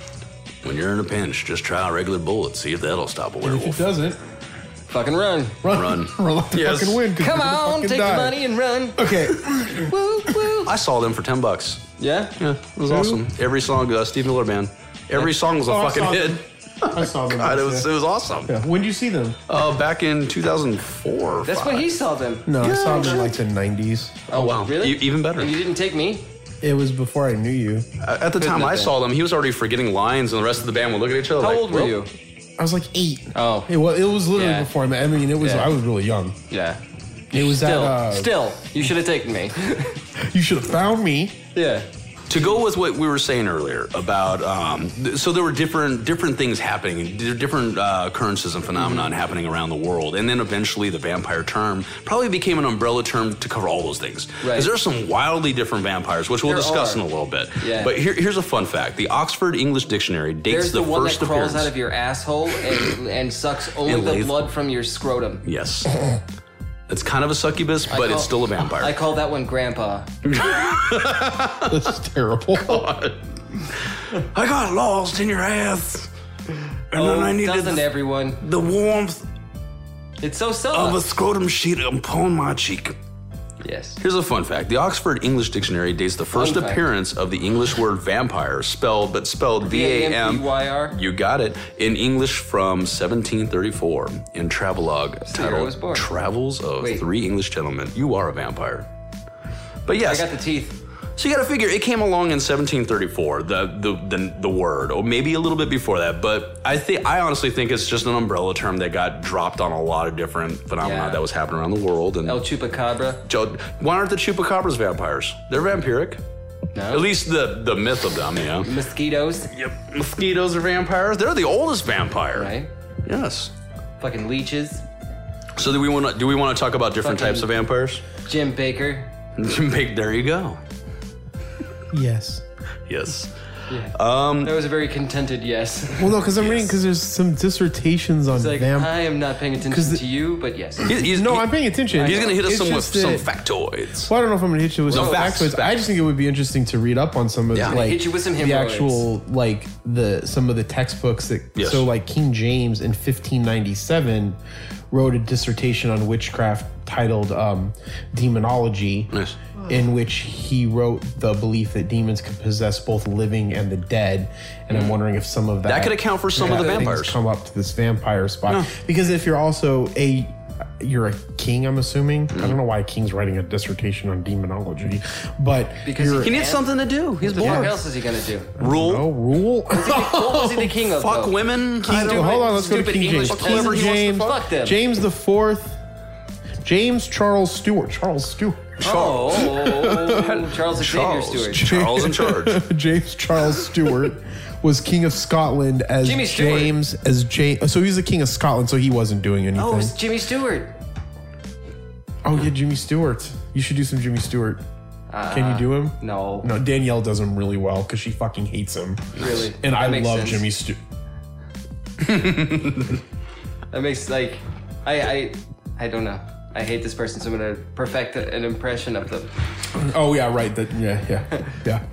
S2: When you're in a pinch, just try a regular bullet. See if that'll stop a
S3: if it
S2: werewolf.
S3: doesn't,
S1: Fucking run.
S2: Run.
S3: run, run like the
S2: Yes.
S3: fucking wind. 'cause
S1: Come
S3: you're gonna
S1: on,
S3: fucking
S1: take
S3: die.
S1: the money and run.
S3: Okay,
S1: woo, woo.
S2: I saw them for ten bucks.
S1: Yeah?
S2: Yeah, it was awesome. Every song, uh, Steve Miller Band. Every song was a
S3: Oh, I
S2: fucking
S3: saw
S2: hit.
S3: them. I saw them.
S2: God, it was it was awesome.
S3: Yeah. When did you see them?
S2: Uh, back in 2004. or
S1: That's when
S2: five.
S1: he saw them.
S3: No, I
S2: Yeah,
S3: saw them in
S2: sure.
S3: like the nineties.
S2: Oh wow,
S1: Really?
S2: E- even better.
S1: And you didn't take me?
S3: It was before I knew you.
S2: Uh, At the time
S1: have
S2: I
S1: been.
S2: saw them, he was already forgetting lines, and the rest of the band would look at each other.
S1: How
S2: like,
S1: old were
S2: "Well,
S1: you?
S3: I was like eight.
S1: Oh.
S3: it was. It was literally
S1: Yeah.
S3: before I met. I mean, it was.
S1: Yeah.
S3: I was really young.
S1: Yeah.
S3: It was
S1: Still,
S3: at. Uh,
S1: still, you should have taken me.
S3: You should have found me.
S1: yeah.
S2: To go with what we were saying earlier about, um, th- so there were different different things happening, d- different uh, occurrences and phenomenon
S1: Mm-hmm.
S2: happening around the world, and then eventually the vampire term probably became an umbrella term to cover all those things.
S1: Right.
S2: Because there are some wildly different vampires, which we'll
S1: There
S2: discuss
S1: are.
S2: in a little bit.
S1: Yeah.
S2: But here, here's a fun fact: the Oxford English Dictionary dates
S1: There's the, one that
S2: first
S1: crawls
S2: appearance.
S1: out of your asshole and, and sucks only
S2: And
S1: the
S2: lathe.
S1: blood from your scrotum.
S2: yes. It's kind of a succubus, but
S1: call-
S2: it's still a vampire.
S1: I call that one grandpa.
S3: That's terrible.
S2: I got lost in your ass, and
S1: Oh, doesn't everyone?
S2: the warmth
S1: It's so subtle.
S2: scrotum sheet upon my cheek.
S1: yes.
S2: Here's a fun fact. The Oxford English Dictionary dates the first
S1: Fun fact.
S2: appearance of the English word vampire, spelled but spelled V A M.
S1: V-A-M-P-Y-R.
S2: You got it. In English from 1734 in travelogue
S1: year I
S2: titled
S1: was born.
S2: Travels of
S1: Wait.
S2: Three English Gentlemen. You are a vampire. But
S1: I
S2: yes,
S1: got the teeth.
S2: so you got to figure it came along in 1734, the, the the the word, or maybe a little bit before that. But I think I honestly think it's just an umbrella term that got dropped on a lot of different phenomena
S1: Yeah.
S2: that was happening around the world. And
S1: El chupacabra.
S2: Joe, why aren't the chupacabras vampires? They're vampiric.
S1: No.
S2: At least the the myth of them, yeah.
S1: Mosquitoes.
S2: Yep. Mosquitoes are vampires. They're the oldest vampire.
S1: Right?
S2: Yes.
S1: Fucking leeches.
S2: So do we want to do we want to talk about different
S1: Fucking-
S2: types of vampires?
S1: Jim Baker.
S2: Big, there you go.
S3: yes.
S2: Yes.
S1: Yeah. Um, that was a very contented yes.
S3: Well, no, because I'm reading because there's some dissertations on
S1: It's like,
S3: vampires.
S1: I am not paying attention
S3: 'Cause the-
S1: to you, but yes.
S2: He- he's,
S3: No,
S2: he-
S3: I'm paying attention.
S2: He's gonna hit us
S3: It's
S2: some with
S3: just
S2: some
S3: that-
S2: factoids.
S3: Well, I don't know if I'm gonna hit you with
S2: No,
S3: some
S2: facts,
S3: factoids. I
S2: facts.
S3: just think it would be interesting to read up on some of
S2: Yeah.
S3: the, like
S1: Hit you with some
S3: the
S1: hemorrhoids.
S3: actual like the some of the textbooks that
S2: Yes.
S3: so like King James in 1597 wrote a dissertation on witchcraft titled um, Demonology.
S2: Nice.
S3: in which he wrote the belief that demons could possess both living and the dead. And
S2: Mm.
S3: I'm wondering if some of that
S2: That could account for some of the
S3: things
S2: vampires.
S3: come up to this vampire spot
S2: Yeah.
S3: because if you're also a you're a king, I'm assuming. I don't know why a king's writing a dissertation on demonology, but
S1: Because
S3: you're
S1: he
S2: He needs something to do. He's
S1: What
S2: bored.
S1: else is he gonna do?
S3: no
S2: Rule.
S3: rule.
S1: What was he the king of?
S2: Fuck
S1: though?
S2: women. I
S3: Dude,
S2: don't
S3: hold on, let's go to
S1: stupid
S3: King
S1: English
S3: James.
S1: peasant
S3: King
S1: who wants to
S3: James,
S1: fuck them.
S3: James the Fourth, James Charles Stewart, Charles Stewart,
S1: Oh, Charles Xavier Stewart.
S2: Charles. Charles in charge.
S3: James Charles Stewart was king of Scotland as
S1: Jimmy Stewart.
S3: James as James. So he's the king of Scotland, so he wasn't doing anything.
S1: Oh,
S3: Oh,
S1: it's Jimmy Stewart.
S3: yeah, Jimmy Stewart. You should do some Jimmy Stewart. Can you do him?
S1: No,
S3: No, Danielle does him really well because she fucking hates him,
S1: really.
S3: and
S1: That
S3: I
S1: makes
S3: love
S1: sense.
S3: Jimmy Stewart.
S1: That makes like, I, I, I don't know. I hate this person, so I'm gonna perfect an impression of them.
S3: Oh yeah, right. That yeah, yeah, yeah.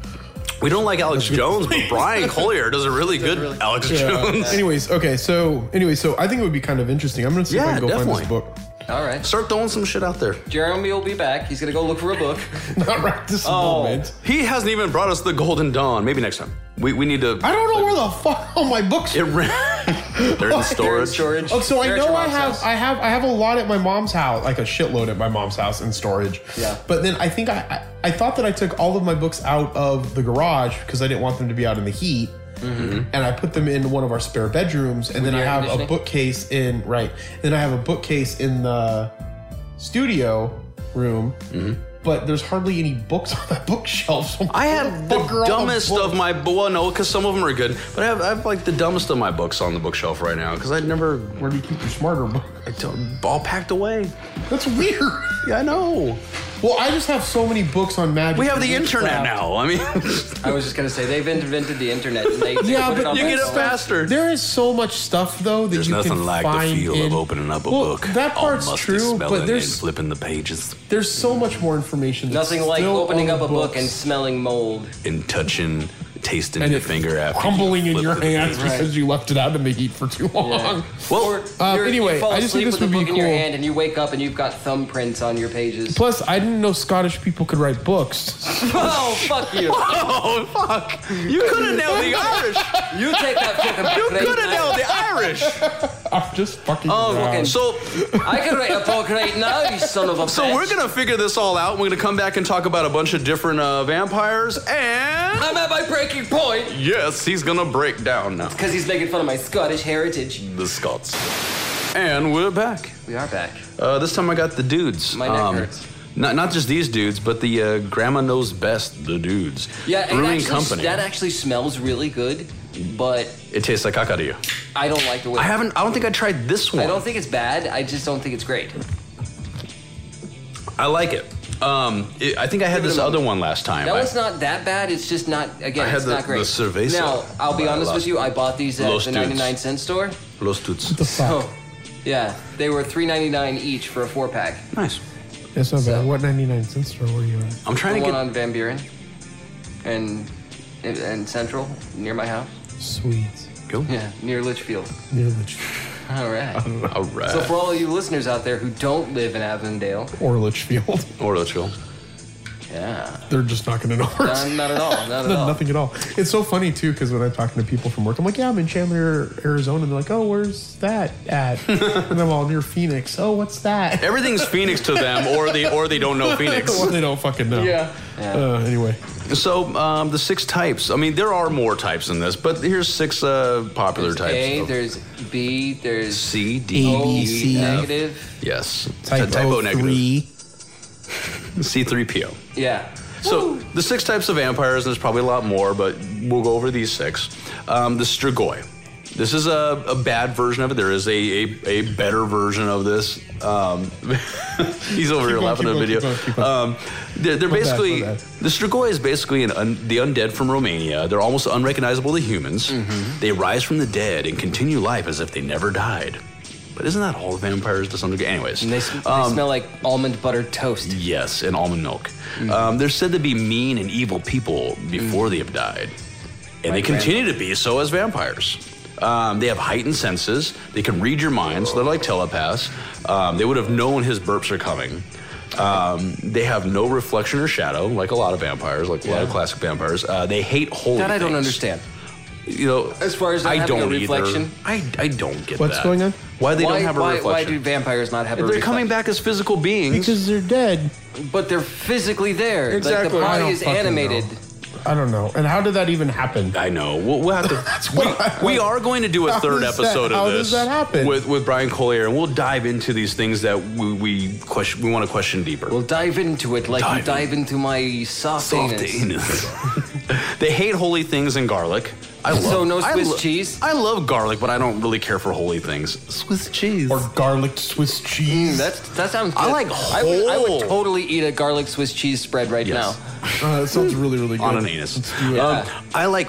S2: We don't like Alex Jones, but Brian Collier does a really good Alex Jones.
S3: Uh, Anyways, okay. So anyway, so I think it would be kind of interesting. I'm gonna see if
S2: Yeah,
S3: I can go
S2: definitely.
S3: find this book.
S1: All right,
S2: Start throwing some shit out there.
S1: Jeremy will be back. He's gonna go look for a book.
S3: Not right this
S1: Oh.
S3: moment.
S2: He hasn't even brought us the Golden Dawn. Maybe next time. We, we need to.
S3: I don't know where the fuck all my books
S2: It
S3: are.
S2: ran. They're in
S1: They're in
S2: storage.
S1: storage.
S3: Oh, so I
S1: They're at
S3: know
S1: your
S3: I
S1: mom's
S3: have
S1: house.
S3: I have I have a lot at my mom's house, like a shitload at my mom's house in storage.
S1: Yeah.
S3: But then I think I I, I thought that I took all of my books out of the garage because I didn't want them to be out in the heat. And I put them in one of our spare bedrooms, and then
S1: Mm-hmm.
S3: I
S1: air
S3: have a
S1: conditioning?
S3: bookcase in right. Then I have a bookcase in the studio room,
S1: Mm-hmm.
S3: but there's hardly any books on that bookshelf. So
S2: I
S3: where
S2: have
S3: the
S2: the
S3: fuck are all the
S2: dumbest
S3: books?
S2: of my bo- well, no, because some of them are good, but I have, I have like the dumbest of my books on the bookshelf right now because I never
S3: Where do you keep your smarter book?
S2: I don't- all packed away.
S3: That's weird.
S2: Yeah, I know.
S3: Well, I just have so many books on magic.
S2: We have the
S3: and
S2: internet
S3: witchcraft.
S2: now. I mean,
S1: I was just gonna say they've invented the internet. And they, they
S3: Yeah,
S1: put it
S3: but
S1: on
S2: you
S1: my
S2: get it
S1: phone.
S2: faster.
S3: There is so much stuff though that
S2: There's
S3: you
S2: nothing
S3: can
S2: like
S3: find
S2: the feel
S3: in-
S2: of opening up a
S3: Well,
S2: book.
S3: That
S2: All
S3: part's
S2: musty
S3: true,
S2: smelling
S3: but
S2: and
S3: there's
S2: flipping the pages
S3: there's so much more information. That's
S1: Nothing like
S3: still
S1: opening
S3: on
S1: up a book
S3: books.
S1: and smelling mold.
S2: and touching, tasting
S3: And
S2: your
S3: it
S2: finger after you
S3: crumbling in
S2: flip
S3: your
S2: the page.
S3: hands because you left it out in the heat for too long.
S2: Well, um,
S1: Or
S3: uh,
S1: you're-
S3: anyway,
S1: you fall
S3: I just
S1: asleep
S3: think this
S1: with a
S3: would be
S1: book in your
S3: cool.
S1: hand, and you wake up and you've got thumbprints on your pages.
S3: Plus, I didn't know Scottish people could write books.
S1: oh, fuck you!
S2: Oh fuck! You could have nailed the Irish.
S1: You take that fucking.
S2: You
S1: plate.
S2: could have nailed the Irish.
S3: I'm just fucking.
S2: Oh,
S1: fucking-
S3: around.
S2: So,
S1: I can write a book right now, you son of a bitch.
S2: so we're gonna figure this all out. We're gonna come back and talk about a bunch of different uh, vampires. And
S1: I'm at my breaking point
S2: yes, he's gonna break down now.
S1: because he's making fun of my Scottish heritage.
S2: The Scots. And we're back.
S1: We are back.
S2: Uh, this time I got the dudes. Um,
S1: My neck hurts.
S2: Not, not just these dudes, but the uh, grandma knows best. The dudes.
S1: Yeah, it
S2: brewing
S1: actually,
S2: company.
S1: That actually smells really good, but
S2: it tastes like Hakariya.
S1: I don't like the way.
S2: I haven't. I don't think I tried this one.
S1: I don't think it's bad. I just don't think it's great.
S2: I like it. Um, it- I think I had
S1: Give it
S2: this
S1: a
S2: other one last time.
S1: That
S2: I-
S1: one's not that bad. It's just not again.
S2: I had
S1: it's
S2: the-
S1: not great.
S2: the cerveza
S1: Now I'll be
S2: that I
S1: honest with
S2: lost.
S1: you. I bought these at
S2: Los
S1: the
S2: dudes.
S1: 99 cent store.
S2: Los Toots.
S3: the fuck.
S1: Oh, yeah, they were 3.99 each for a four pack.
S2: Nice.
S3: That's not
S1: So-
S3: bad. What 99 cent store were you at?
S2: I'm
S1: The
S2: trying to
S1: one
S2: get.
S1: on Van Buren, and and- and Central near my house.
S3: Sweets.
S2: Go.
S1: Yeah, near Litchfield.
S3: Near Litch-
S1: All right.
S2: All right.
S1: So for all you listeners out there who don't live in Avondale,
S3: Or Litchfield.
S2: or Litchfield.
S1: yeah,
S3: They're just not going to know where it's
S1: no, not at all, not at all.
S3: Nothing at all. It's so funny too because when I'm talking to people from work, I'm like, "Yeah, I'm in Chandler, Arizona." And they're like, "Oh, where's that at?" and I'm all near Phoenix. Oh, what's that?
S2: Everything's Phoenix to them, or they or they don't know Phoenix.
S3: Well, they don't fucking know.
S2: Yeah.
S1: Yeah.
S3: Uh, anyway,
S2: So um, the six types. I mean, there are more types than this, but here's six uh, popular
S1: There's
S2: types.
S1: A,
S2: of-
S1: there's B, there's
S2: C, D,
S3: A, B,
S1: O,
S2: E,
S3: C.
S2: F.
S1: negative.
S2: Yes. Ty-
S3: type
S2: typo
S3: O
S2: negative.
S3: three.
S2: C3PO.
S1: Yeah.
S2: So the six types of vampires, there's probably a lot more, but we'll go over these six. Um, the Strigoi. This is a, a bad version of it. There is a, a, a better version of this. Um, he's over here
S3: on,
S2: laughing at
S3: keep
S2: the
S3: on,
S2: video.
S3: keep on, keep
S2: Um, they're they're
S3: My bad,
S2: basically
S3: my bad.
S2: the Strigoi is basically an un, the undead from Romania. They're almost unrecognizable to humans.
S3: Mm-hmm.
S2: They rise from the dead and continue life as if they never died. But isn't that all vampires to some degree? Anyways,
S1: And they, sm- they
S2: um,
S1: smell like almond butter toast.
S2: Yes, and almond milk. Um, they're said to be mean and evil people before they have died, and they continue to be so as vampires. Um, they have heightened senses. They can read your mind, so they're like telepaths. Um, they would have known his burps are coming. Um, they have no reflection or shadow, like a lot of vampires, like a lot of classic vampires. Uh, they hate holy.
S1: That I don't
S2: things.
S1: understand.
S2: You know,
S1: As far as not
S2: I
S1: having a
S2: don't either.
S1: reflection?
S2: I, I don't get
S4: What's
S2: that.
S4: going on?
S2: Why they
S1: why,
S2: don't have a
S1: why, why
S2: reflection?
S1: do vampires not have a
S2: They're coming back as physical beings.
S4: Because they're dead.
S1: back, but they're physically there. Like the
S4: Exactly. I
S1: body
S4: don't
S1: is
S4: fucking
S1: animated.
S4: know. I don't know. And how did that even happen?
S2: I know. We'll, we'll have to.
S4: what
S2: we,
S4: I-
S2: we are going to do a
S4: How
S2: third
S4: does that-
S2: episode of
S4: how
S2: this.
S4: does that happen?
S2: With with Brian Collier, and we'll dive into these things that we we, question, we want to question deeper.
S1: We'll dive into it like you
S2: Dive in.
S1: dive into my soft,
S2: Soft
S1: anus.
S2: anus. they hate holy things and garlic. I love.
S1: So no
S2: I
S1: Swiss cheese?
S2: I love garlic, but I don't really care for holy things. Swiss cheese.
S4: Or garlic Swiss cheese.
S1: Mm, That's, that sounds good.
S2: I like
S1: I would, I would
S2: whole.
S1: totally eat a garlic Swiss cheese spread right
S2: Yes.
S1: now.
S4: uh, it sounds really, really good.
S2: on an anus.
S4: do it.
S1: Yeah.
S2: Um, I like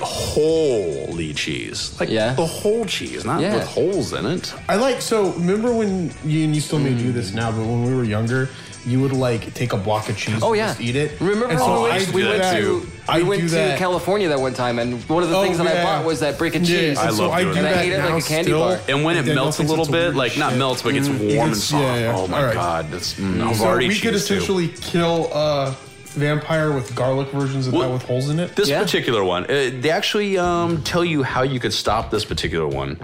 S2: holy cheese, like
S1: Yeah.
S2: the whole cheese, not
S1: Yeah.
S2: with holes in it.
S4: I like so. Remember when you and you still may do
S1: Mm.
S4: this now, but when we were younger, you would like take a block of cheese.
S1: Oh
S4: and
S1: yeah,
S4: just eat it.
S1: Remember
S4: And
S1: when
S4: so
S1: we
S4: I
S1: went,
S4: do
S1: we went
S4: that.
S1: to
S4: I
S1: we went
S4: do
S1: to
S4: that.
S1: Califorings that one time, and one of the
S4: Oh,
S1: things that I
S4: yeah.
S1: bought was that brick of
S4: Yeah,
S1: cheese.
S4: and
S2: I
S4: so
S2: love
S4: I
S2: doing
S4: do
S2: that.
S1: And I
S4: that
S1: ate it like
S4: now
S1: a candy
S4: still,
S1: bar.
S2: And when it
S4: then
S2: melts a
S4: I'll think
S2: little
S4: it's a
S2: bit,
S4: weird
S2: like not
S4: shit.
S2: melts, but gets
S4: Mm,
S2: warm and
S4: it's-
S2: soft.
S4: yeah, yeah.
S2: Oh my
S4: All right.
S2: god, that's mm, I've
S4: So
S2: already
S4: we could
S2: cheesed, too.
S4: essentially kill a vampire with garlic versions of
S2: Well,
S4: that with holes in it.
S2: This
S1: Yeah.
S2: particular one, uh, they actually um, tell you how you could stop this particular one.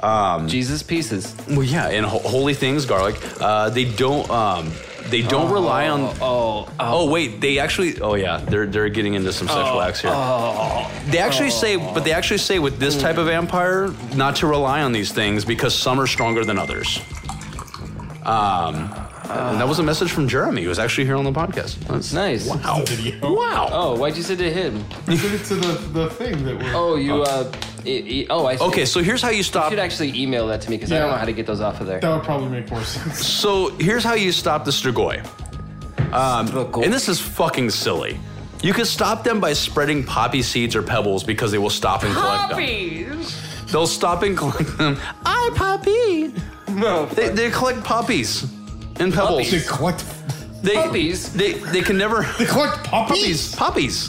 S2: Um,
S1: Jesus pieces.
S2: well, yeah, and ho- holy things, garlic. Uh, they don't. Um, they don't rely on.
S1: Oh, oh,
S2: Oh wait, they actually. Oh yeah, they're they're getting into some sexual acts here.
S1: Oh.
S2: they actually say, but they actually say with this type
S1: Hmm.
S2: of vampire, not to rely on these things because some are stronger than others. Um, and that was a message from Jeremy, who was actually here on the podcast. That's
S1: Nice.
S2: Wow. Wow.
S1: oh, why'd you say to him?
S4: We did it to the, the thing that we're.
S1: Oh, you. Uh, e- e- oh, I. See.
S2: Okay, so here's how you
S1: You
S2: stop.
S1: should actually email that to me because I
S4: Yeah.
S1: don't know how to get those off of there.
S4: That would probably make more sense.
S2: So here's how you stop the Strigoi. Um,
S1: Strigoi.
S2: and this is fucking silly. You can stop them by spreading poppy seeds or pebbles because they will stop and collect them. They'll stop and collect them. I poppy.
S1: No.
S2: They, they collect poppies and pebbles.
S4: They collect,
S2: They,
S1: Puppies?
S2: They they can never.
S4: they collect
S2: Puppies.
S4: puppies.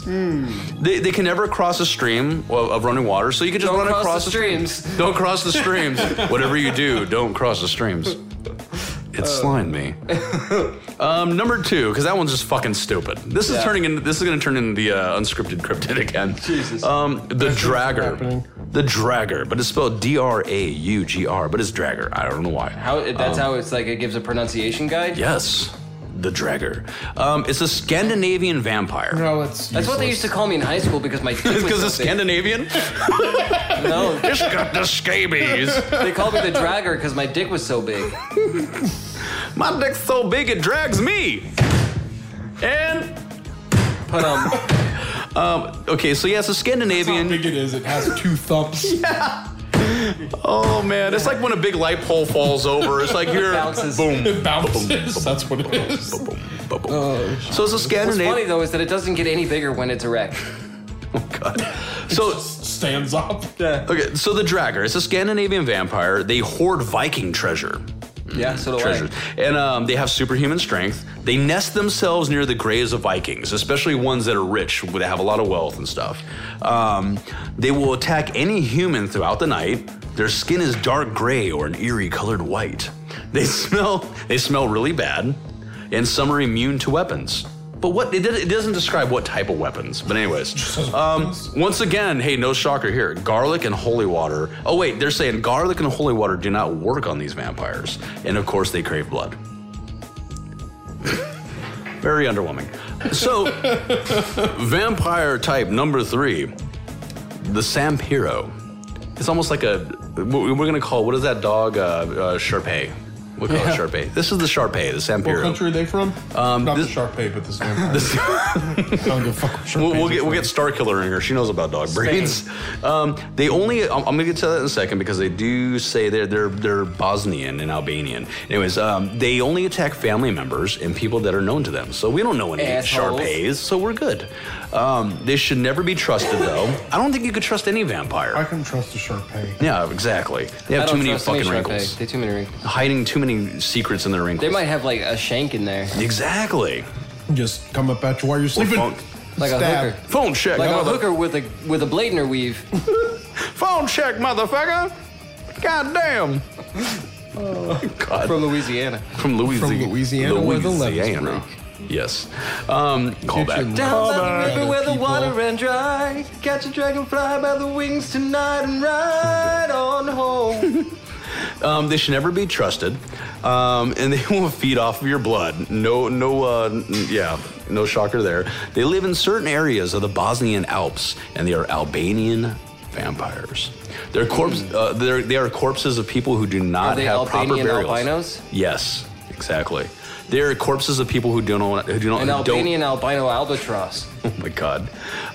S2: Puppies.
S1: Hmm.
S2: They, they can never cross a stream of, of running water, so you can just
S1: Don't
S2: run
S1: cross
S2: across
S1: the streams.
S2: Don't cross the streams. Whatever you do, don't cross the streams. It
S1: Uh.
S2: slimed me. um, number two, because that one's just fucking stupid. This is
S1: Yeah.
S2: turning into this is going to turn into the uh, unscripted cryptid again.
S1: Jesus.
S2: Um, the dragger.
S4: happening.
S2: The dragger, but it's spelled D R A U G R, but it's dragger. I don't know why.
S1: How?
S2: Um,
S1: That's how it's like. It gives a pronunciation guide.
S2: Yes, the dragger. Um, it's a Scandinavian vampire.
S4: No, it's
S1: That's what they used to call me in high school because my dick was
S2: Because
S1: so
S2: it's
S1: big.
S2: Scandinavian?
S1: No,
S2: It's got the scabies.
S1: they called me the dragger because my dick was so big.
S2: My dick's so big it drags me. And
S1: But um,
S2: um, okay, so yeah, it's a
S4: How
S2: Scandinavian.
S4: big it is? It has two thumps.
S2: Oh man, it's like when a big light pole falls over. It's like you're
S1: Bounces.
S2: boom.
S4: It bounces. Oh, That's what it is.
S2: boom, boom. so it's a
S1: what's funny
S2: Scandinavian.
S1: though is that it doesn't get any bigger when it's erect.
S2: Oh, God. So
S4: Stands up.
S2: okay, so the dragger. It's a Scandinavian vampire. They hoard Viking treasure.
S1: Yeah, so do
S2: treasures.
S1: I.
S2: And um, they have superhuman strength. They nest themselves near the graves of Vikings, especially ones that are rich, that have a lot of wealth and stuff. Um, they will attack any human throughout the night. Their skin is dark gray or an eerie colored white. They smell. They smell really bad, and some are immune to weapons. But what it, doesn't- it doesn't describe what type of weapons. But anyways, um, once again, hey, no shocker here. Garlic and holy water. Oh wait, they're saying garlic and holy water do not work on these vampires, and of course they crave blood. Very underwhelming. So, vampire type number three, the Sampiro. It's almost like a we- we're gonna call what is that dog? Uh, uh, Sharpei. We call it Sharpei. This is the Sharpei, the
S4: What
S2: Sampiro.
S4: country are they from? Um, Not
S2: this-
S4: the Sharpay, but this vampire. I don't give a fuck
S2: We'll,
S4: what Sharpay's
S2: we'll get
S4: from.
S2: we'll get Star Killer in here. She knows about dog breeds. Um, they only I'm, I'm gonna get to that in a second because they do say they're they're they're Bosnian and Albanian. Anyways, um, they only attack family members and people that are known to them. So we don't know any
S1: Assholes.
S2: Sharpays, so we're good. Um, they should never be trusted though. I don't think you could trust any vampire.
S4: I can trust a Sharpay.
S2: yeah, exactly. They
S1: I
S2: have too
S1: don't
S2: many
S1: trust any
S2: fucking
S1: Sharpay.
S2: wrinkles.
S1: They too many wrinkles.
S2: Hiding too many secrets in their wrinkles.
S1: They might have like a shank in there,
S2: exactly.
S4: Just come up at you while you're sleeping.
S2: Phone,
S1: like a
S4: Stab.
S1: hooker,
S2: phone check.
S1: like a
S2: mother-
S1: hooker with a with a blade in her weave.
S2: Phone check, motherfucker. God damn. God.
S1: From Louisiana.
S2: From Louisiana.
S3: From Louisiana, where the levels
S2: Louisiana. Yes. Um, call
S3: Get your
S2: back.
S1: Down
S3: Call
S1: by
S3: back.
S1: the river where the
S3: People.
S1: water ran dry. Catch a dragonfly by the wings tonight and ride on home.
S2: Um, they should never be trusted, um, and they will feed off of your blood. No, no, uh, n- yeah, no shocker there. They live in certain areas of the Bosnian Alps, and they are Albanian vampires. They're corpse.
S3: Hmm.
S2: Uh, they're, they are corpses of people who do not
S1: they
S2: have proper
S1: Albanian
S2: burials.
S1: albinos?
S2: Yes, exactly. They are corpses of people who don't know. Who do not.
S1: An
S2: who don't,
S1: Albanian albino albatross.
S2: Oh my God.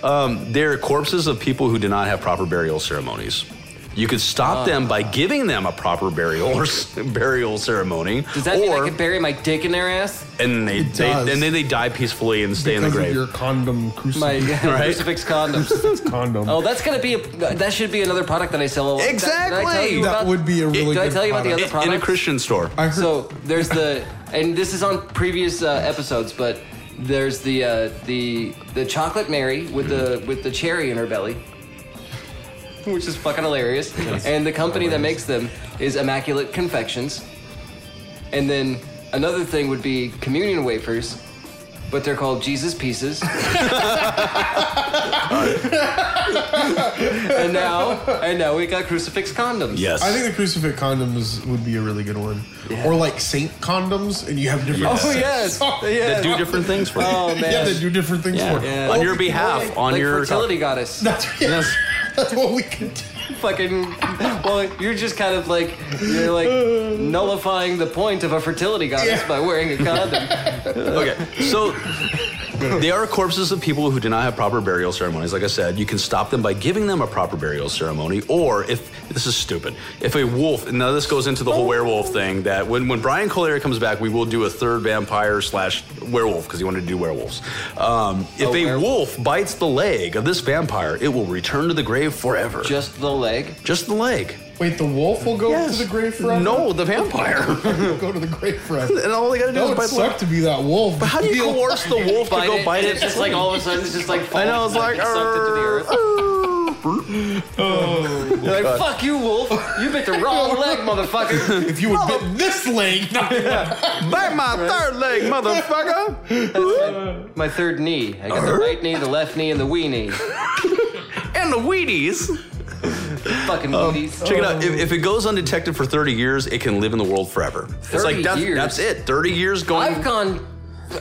S2: Um, they're corpses of people who do not have proper burial ceremonies. You could stop them by
S1: Ah.
S2: giving them a proper burial or s- burial ceremony,
S1: Does that
S2: or
S1: mean I can bury my dick in their ass?
S2: and they,
S3: It
S2: they
S3: does.
S2: and then they die peacefully and stay in the
S3: Because of
S2: grave.
S3: your condom crucifix.
S1: My uh,
S2: Right.
S1: crucifix condoms.
S3: condom.
S1: Oh, that's gonna be a. That should be another product that I sell. Did I- Did I tell
S2: Exactly.
S1: you
S3: that
S1: about,
S3: would be a
S2: It-
S3: really
S1: Did I
S3: good
S1: tell you about the
S3: product.
S1: other
S2: In- in a
S1: products?
S2: Christian store.
S3: I heard
S1: So there's the, and this is on previous uh, episodes, but there's the uh, the the chocolate Mary with the with the cherry in her belly, which is fucking hilarious. and the company that makes them is Immaculate Confections. And then another thing would be communion wafers, but they're called Jesus pieces. and now, and now we got crucifix condoms.
S2: yes.
S3: I think the crucifix condoms would be a really good one. Or like saint condoms, and you have different.
S2: Oh,
S3: scents.
S1: yes.
S3: Sorry.
S1: Yeah.
S2: that do different things for you.
S1: Oh man.
S3: Yeah, they do different things
S2: Yeah.
S3: for
S1: Yeah.
S2: On
S1: Well,
S2: your
S1: we-
S2: behalf, on
S1: like
S2: your
S1: fertility goddess.
S3: That's, yes. That's what we can do.
S1: Fucking. Well, you're just kind of like you're like nullifying the point of a fertility goddess
S3: Yeah.
S1: by wearing a condom.
S2: Okay, so they are corpses of people who do not have proper burial ceremonies. Like I said, you can stop them by giving them a proper burial ceremony, or if this is stupid, if a wolf. and Now this goes into the whole werewolf thing. That when when Brian Collier comes back, we will do a third vampire slash werewolf because he wanted to do werewolves. Um, if a
S1: werewolf.
S2: wolf bites the leg of this vampire, it will return to the grave forever. Just,
S1: just the leg.
S2: the leg.
S3: Wait, the wolf will go to the grave forever.
S2: No, the vampire.
S3: go to the grave forever.
S2: and all they gotta do
S3: That
S2: is
S3: would
S2: bite the leg.
S3: suck to be that wolf.
S2: But how do you coerce the wolf to go bite it?
S1: It's just like all of a sudden, it's just like.
S2: I know, it's like, Oh
S1: it's sucked into the earth.
S3: Oh.
S1: You're like, fuck you, wolf. You bit the wrong leg, motherfucker.
S3: If you would bit this leg, no.
S2: Bite my third leg, motherfucker!
S1: My third knee. I got the right knee, the left knee, and the wee knee.
S2: and the Wheaties.
S1: Fucking booties.
S2: Oh. Check it out. If, if it goes undetected for 30 years, it can live in the world forever. it's
S1: 30
S2: like that's,
S1: years?
S2: that's it. 30 years going.
S1: I've gone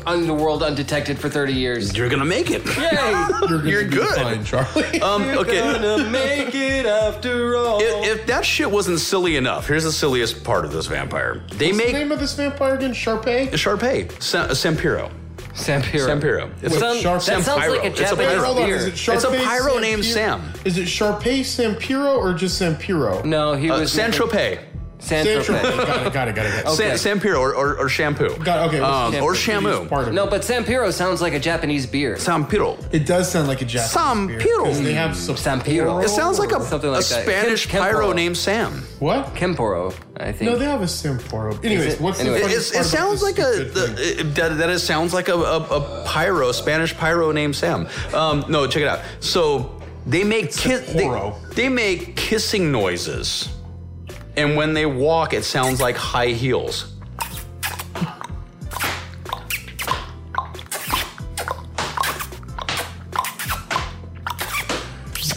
S1: on the world undetected for 30 years.
S2: you're gonna make it.
S1: Yay!
S2: You're, good.
S3: Fine, Charlie.
S2: Um, okay.
S1: gonna make it after all.
S2: If, if that shit wasn't silly enough, here's the silliest part of this vampire. They
S3: What's the
S2: make
S3: name of this vampire again? Sharpay?
S2: Sharpay, Sam, Sampiro.
S1: Sampiro.
S2: Sampiro. It's a-
S3: Wait,
S1: Sound-
S3: Sharp-
S1: that sounds like a
S2: Sampiro. It's a
S1: Japanese
S2: pyro.
S3: Hold on,
S1: beer.
S3: is it Sharpay?
S2: It's a pyro named
S3: Sampiro-
S2: Sam.
S3: Is it Sharpay Sampiro or just Sampiro?
S1: no, he
S2: uh,
S1: was
S2: San Tropez.
S1: San
S3: Sampiro. got it, got it, got it, got it.
S1: Okay.
S2: Sa- Sampiro or, or, or shampoo.
S3: Got it, okay.
S2: Um,
S3: what's-
S2: or
S3: it's
S2: shamu.
S3: part of
S1: No,
S3: it.
S1: but Sampiro sounds like a Japanese beer.
S2: Sampiro.
S3: It does sound like a Japanese beer, 'cause They have
S1: Sampiro.
S2: It sounds like a,
S1: Something like
S2: a
S1: that.
S2: Spanish
S1: Kem- Kemporo.
S2: pyro named Sam.
S3: What?
S1: Kemporo, I think.
S3: No, they have a Samporo. Anyways,
S1: it-
S3: what's the
S1: anyway.
S2: It,
S1: Funny
S2: it's-
S3: funniest
S2: it
S3: part about
S2: sounds
S3: this
S2: like a
S3: stupid thing?
S2: the, it, that, that is, sounds like a, a, a pyro Spanish pyro named Sam. Um, no, check it out. So they make ki- they,
S3: poro.
S2: they make kissing noises, and when they walk, it sounds like high heels.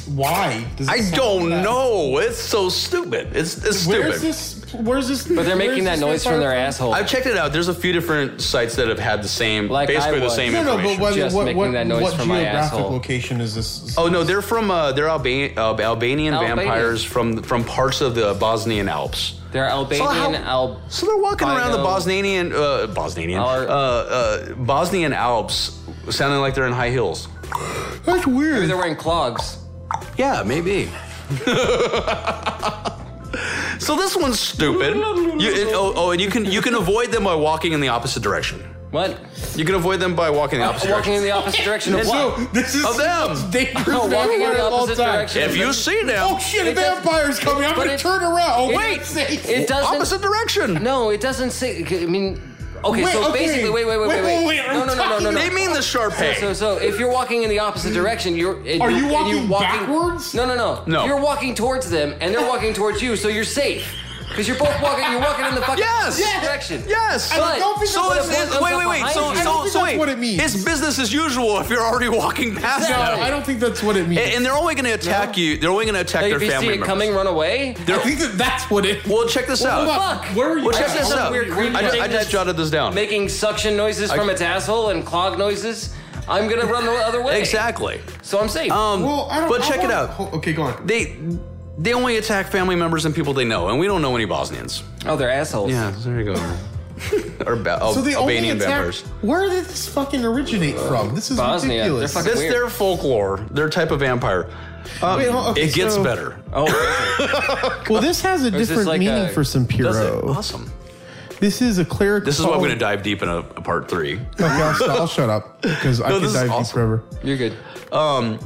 S3: Why? Does it
S2: I
S3: sound
S2: don't
S3: like that?
S2: know. It's so stupid. It's, it's stupid.
S3: Where's this? Where's this?
S1: but they're making that noise from their asshole.
S2: I've checked it out. There's a few different sites that have had the same,
S1: Like I
S2: basically the
S1: was.
S2: same
S3: No, no,
S2: information.
S3: but what,
S1: Just
S3: what,
S1: making
S3: what,
S1: that noise
S3: what
S1: from my
S3: geographic
S1: asshole.
S3: location is this?
S2: Oh no, they're from uh, they're Alba- uh, Albanian
S1: Albania.
S2: vampires from from parts of the Bosnian Alps.
S1: They're Albanian
S2: So how-
S1: Al.
S2: So they're walking around the
S1: Albino.
S2: Bosnian uh, Bosnian
S1: Our-
S2: uh, uh, Bosnian Alps, sounding like they're in high heels.
S3: That's weird.
S1: They're wearing clogs.
S2: Yeah, maybe. so this one's stupid. You, it- oh, oh, and you can you can avoid them by walking in the opposite direction.
S1: What?
S2: You can avoid them by walking in the opposite
S1: Uh, Walking in
S2: direction.
S1: the opposite direction of what?
S3: this is
S2: Of them.
S3: dangerous.
S1: No, walking in
S3: vampire
S1: the
S3: at all
S1: opposite
S3: time.
S1: direction.
S2: If you see them,
S3: Oh shit! A
S1: It does-
S3: vampire's coming. I'm
S1: but
S3: gonna
S1: it-
S3: turn around. Oh,
S1: it-
S3: wait, safe.
S1: It doesn't.
S2: opposite direction.
S1: No, it doesn't say. I mean, okay,
S3: Wait,
S1: so
S3: okay.
S1: basically, wait, wait, wait,
S3: Wait,
S1: wait, wait.
S3: wait, wait, are
S1: no, no,
S3: we
S1: no, no, no,
S3: talking
S1: no.
S2: They mean the Sharpay.
S1: So, so if you're walking in the opposite direction, you're. and
S3: Are you
S1: and
S3: walking backwards?
S1: No, no, no.
S2: No.
S1: You're walking towards them, and they're walking towards you, so you're safe. because you're both walking. You're walking in the fucking
S2: Yes.
S1: same direction.
S2: Yes.
S1: But
S2: I
S3: don't think
S2: So
S1: someone
S2: it's,
S1: else
S2: it's-
S1: comes
S2: wait,
S1: up
S2: wait, wait.
S1: behind
S2: So,
S1: you.
S2: so,
S3: don't think
S2: so
S3: that's
S2: wait.
S3: what it means.
S2: It's business as usual if you're already walking past
S1: No,
S2: them.
S1: I
S3: I don't think that's what it means.
S2: And, and they're only going to attack you. They're only going to attack
S1: Like,
S2: their
S1: if you
S2: family
S1: see it
S2: members.
S1: coming, run away.
S3: I think that that's what it.
S2: Well, check this out.
S1: fuck?
S3: Where are you?
S2: Well, check
S1: I
S2: this
S1: saw
S2: out.
S1: weird creepy
S2: I, ju- I
S1: things
S2: just jotted this down.
S1: Making suction noises from its asshole and clog noises. I'm gonna run the other way.
S2: Exactly.
S1: So I'm safe.
S2: Um,
S3: Well, I don't.
S2: but
S3: I
S2: check it
S3: wanna-
S2: out.
S3: Ho- Oh, Okay, go on.
S2: They they only attack family members and people they know, and we don't know any Bosnians.
S1: oh, they're assholes.
S2: Yeah, there you go. or ba-
S3: So
S2: Al-
S3: the only
S2: Albanian
S3: attack.
S2: vampires.
S3: Where did this fucking originate from? This is
S1: Bosnia. They're
S3: ridiculous.
S1: fucking-
S2: That's
S1: Weird.
S2: their folklore, their type of vampire. Um,
S3: Wait, hold- okay,
S2: it gets
S3: so-
S2: better.
S1: Oh, okay.
S3: well, this has a
S1: this
S3: different
S1: like
S3: meaning
S1: a-
S3: for
S2: Does it?
S3: Simpiro.
S2: Awesome.
S3: This is a cleric.
S2: This is why I'm
S3: called-
S2: going to dive deep in a, a part three.
S3: Okay, I'll, st- I'll shut up because I
S2: No,
S3: can
S2: this is
S3: dive deep
S2: awesome.
S3: forever.
S1: you're good.
S2: Um,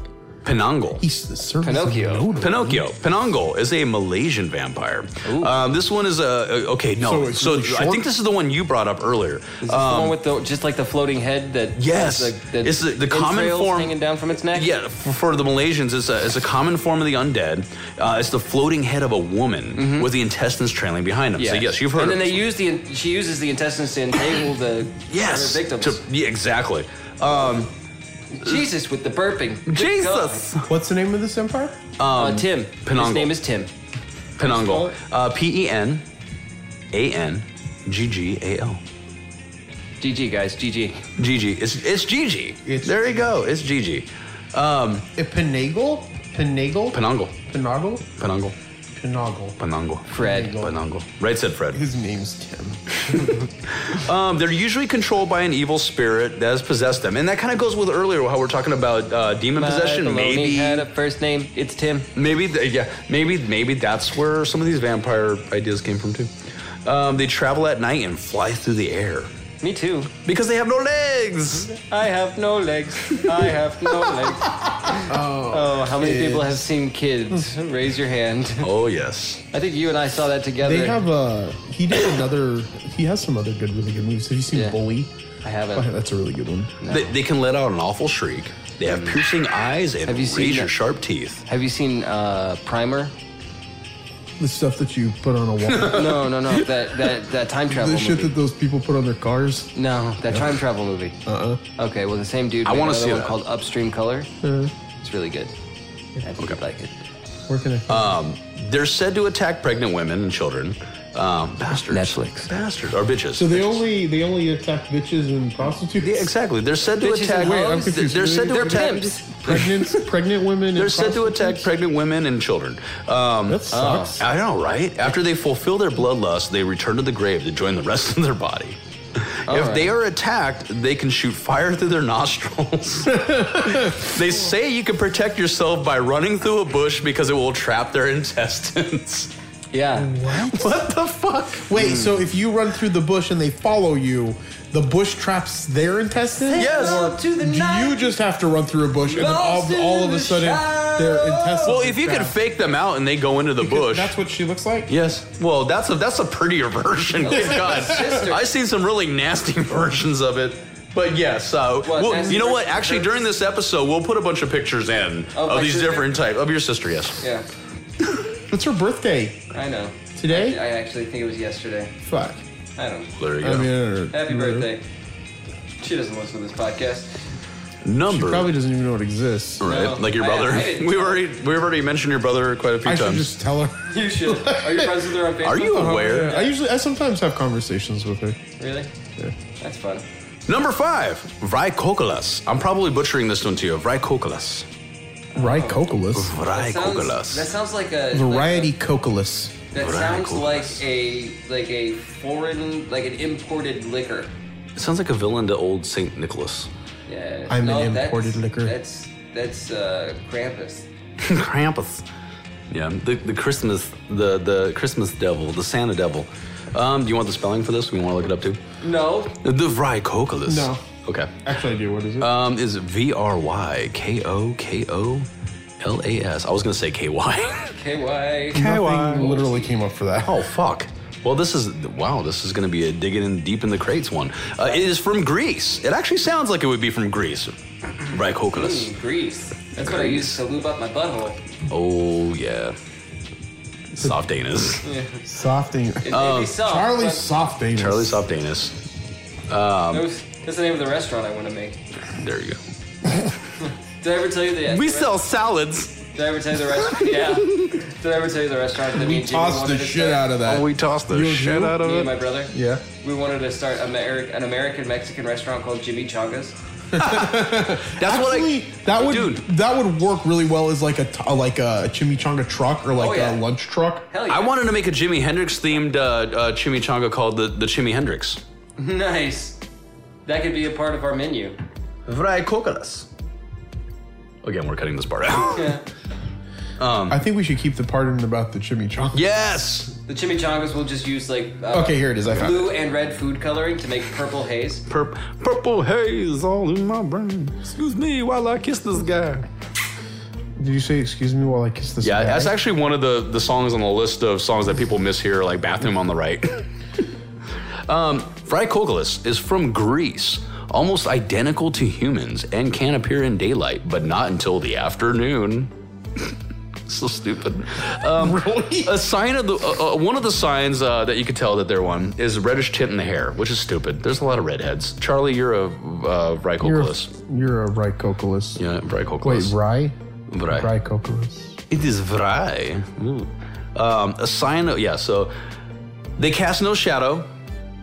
S2: Penangle.
S3: He's the service
S1: Pinocchio.
S3: Of Noda.
S2: Pinocchio. Penangle is a Malaysian vampire. Um, this one is a, a- okay.
S3: So
S2: No,
S3: it's
S2: so,
S3: really
S2: I
S3: short?
S2: think this is the one you brought up earlier. Uh,
S1: Is this the one with the just like the floating head that
S2: Um, Yes.
S1: has the,
S2: It's the- the common
S1: entrails
S2: form-
S1: hanging down from its neck.
S2: Yeah, for, for the Malaysians, it's a, it's a common form of the undead. Uh, it's the floating head of a woman with the intestines trailing behind them. So yes, you've heard.
S1: Mm-hmm. And
S2: of
S1: then they
S2: this.
S1: use the she uses the intestines to entangle the
S2: yes
S1: their victims.
S2: to- uh, yeah, exactly. Um,
S1: Jesus with the burping. Good
S2: Jesus, Um,
S3: What's the name of this empire?
S1: God. Uh, Tim.
S2: Penangle.
S1: His name is Tim.
S2: Penangle, uh, P E N A N G G A L.
S1: GG guys. GG.
S2: Gigi. It's it's Gigi.
S3: It's
S2: there you go. It's Gigi. Um,
S3: A Pinagle? Pinagle?
S2: Penangle.
S3: Pinagle?
S2: Penangle.
S3: Pinagle.
S2: Penangle.
S1: Fred.
S2: Penangle. Right said Fred.
S3: His name's Tim.
S2: Um, they're usually controlled by an evil spirit that has possessed them, and that kind of goes with earlier how we're talking about uh, demon
S1: My
S2: possession.
S1: baloney had
S2: Maybe,
S1: a first name. It's Tim.
S2: maybe, th- yeah, maybe, maybe that's where some of these vampire ideas came from too. Um, they travel at night and fly through the air
S1: Me too.
S2: because they have no legs.
S1: I have no legs. I have no legs. Oh, how many people have seen kids? Raise your hand.
S2: Oh yes,
S1: I think you and I saw that together.
S3: They have a. He did another. He has some other good, really good movies. Have you seen
S1: Yeah.
S3: Bully?
S1: I
S3: Oh,
S1: haven't.
S3: that's a really good one.
S2: they, they can let out an awful shriek. They have piercing eyes and
S1: Mm. Have you seen that-
S2: razor-sharp teeth.
S1: Have you seen uh, Primer?
S3: The stuff that you put on a wall.
S1: No, no, no. That that that time travel
S3: the shit
S1: movie.
S3: that those people put on their cars.
S1: no, that time travel movie.
S3: Uh-uh.
S1: Okay, well the same dude.
S2: I
S1: made
S2: wanna
S1: another
S2: see
S1: one
S2: that.
S1: Called Upstream Color.
S3: Uh,
S1: It's really good. I think you'd like it.
S3: where can I?
S2: Um, they're said to attack pregnant women and children. Um, bastards.
S1: Netflix.
S2: Bastards. Or bitches.
S3: so they
S2: Bitches.
S3: only they only attack bitches and prostitutes.
S2: Yeah, exactly. They're said to
S1: Bitches
S2: attack.
S1: and Wait, I'm
S3: hoes? confused.
S2: They're said to
S1: They're
S2: attack.
S1: pimps.
S3: Pregnant pregnant women.
S2: They're
S3: and
S2: said to attack
S3: prostitutes?
S2: pregnant women and children. Um,
S3: That sucks.
S2: I know, right? After they fulfill their bloodlust, they return to the grave to join the rest of their body. if
S1: right.
S2: they are attacked, they can shoot fire through their nostrils. they say you can protect yourself by running through a bush because it will trap their intestines.
S1: Yeah.
S2: what the fuck?
S3: Wait, so if you run through the bush and they follow you, the bush traps their intestines?
S2: Yes.
S3: Or
S1: To the
S3: do
S1: night.
S3: you just have to run through a bush and then all,
S1: Lost in
S3: all of
S1: the
S3: a sudden their
S1: shadows.
S3: intestines?
S2: Well,
S3: are
S2: if you could
S3: trapped?
S2: fake them out and they go into the bush.
S3: That's what she looks like?
S2: Yes. Well, that's a that's a prettier version. Good God,
S1: Sister.
S2: I've seen some really nasty versions of it. But yes, uh,
S1: What,
S2: we'll-
S1: nasty
S2: you know what?
S1: versions?
S2: Actually, during this episode, we'll put a bunch of pictures in
S1: Of
S2: of,
S1: my
S2: these
S1: sister?
S2: different types of your sister. Yes.
S1: Yeah.
S3: It's her birthday
S1: I know.
S3: today?
S1: I actually think it was yesterday.
S3: Fuck.
S1: I don't.
S2: There you go.
S3: I mean, uh, or-
S1: Happy
S3: or-
S1: birthday. She doesn't listen to this podcast.
S3: She
S2: Number.
S3: probably doesn't even know it exists.
S2: right,
S1: No,
S2: like your
S1: I-
S2: brother.
S1: I didn't.
S2: we've already we've already mentioned your brother quite a few
S3: I should
S2: times.
S3: just tell her.
S1: You should. Are you friends with her on Facebook?
S2: Are you aware?
S3: I usually, I sometimes have conversations with her.
S1: Really?
S3: Yeah.
S1: That's fun.
S2: Number five, Vrykokolas. I'm probably butchering this one to you. Vrykokolas.
S3: Rye Cocolus.
S1: That sounds, that
S2: Vrykokolas.
S1: sounds like a
S3: Variety Cocolus.
S1: That
S2: Variety
S1: sounds
S2: cool.
S1: like a like a foreign like an imported liquor.
S2: It sounds like a villain to old Saint Nicholas.
S1: Yeah.
S3: I'm an
S1: that's-
S3: imported liquor.
S1: That's that's uh, Krampus.
S2: Krampus. Yeah, the, the Christmas the the Christmas devil, the Santa devil. Um, do you want the spelling for this? We want to look it up too.
S1: No.
S2: The Vrykokolas.
S3: No.
S2: Okay.
S3: Actually, I do. What is it?
S2: Um, is V R Y K O K O L A S. I was gonna say K Y.
S1: KY.
S3: Nothing literally came up for that.
S2: oh fuck. Well, this is wow. This is gonna be a digging in deep in the crates one. Uh, it is from Greece. It actually sounds like it would be from Greece. Vrykokolas.
S1: Hmm. Mm, grease. That's what I
S2: Grease.
S1: use to lube up my butthole.
S2: Oh yeah. Soft anus.
S4: Softing.
S3: Oh,
S1: Maybe some,
S4: Charlie
S1: but
S4: Soft Anus.
S2: Charlie soft anus.
S1: that was- That's the name of the restaurant I want to make.
S2: There you go.
S1: Did I ever tell you the? the rest-
S2: salads.
S1: Did I ever tell you the restaurant? yeah. Did I ever tell you the restaurant that me and Jimmy
S4: Toss
S1: wanted
S4: the
S1: to
S4: shit
S1: start?
S4: out of that.
S2: Oh, we toss the shit out of
S1: Me and
S2: it.
S1: my brother.
S4: Yeah.
S1: We wanted to start Ameri- an American Mexican restaurant called Jimmy Chagas.
S2: That's
S4: Actually, that would
S2: Dude.
S4: that would work really well as like a t- like a chimichanga truck or like
S1: Oh, yeah.
S4: a lunch truck.
S1: Hell yeah!
S2: I wanted to make a Jimi Hendrix themed uh, uh, chimichanga called the, the Chimi Hendrix.
S1: nice. That could be a part of our menu.
S2: Fry coconuts. Again, we're cutting this part out.
S1: Yeah.
S4: I think we should keep the part in about the chimichanga.
S2: yes!
S1: The chimichangas will just use like uh,
S4: Okay, here it is. I found
S1: blue and red food coloring to make purple haze.
S2: Pur- purple haze all in my brain. Excuse me while I kiss this guy.
S4: it. Did you say excuse me while I kiss this?
S2: Yeah,
S4: guy?
S2: that's actually one of the, the songs on the list of songs that people miss here, like Bathroom on the Right. um, Frykoglis is from Greece, almost identical to humans, and can appear in daylight, but not until the afternoon. so stupid. Um, A sign of the uh, uh, one of the signs uh, that you could tell that they're one is reddish tint in the hair, which is stupid. There's a lot of redheads. Charlie, you're a uh,
S4: You're a,
S2: Frykoglis.
S4: you're a rye cocolis.
S2: Yeah,
S4: Wait,
S2: Frykoglis.
S4: rye?
S2: Right.
S4: Rye cocolis.
S2: It is vrai. Ooh. Um, a sign of, yeah, so they cast no shadow.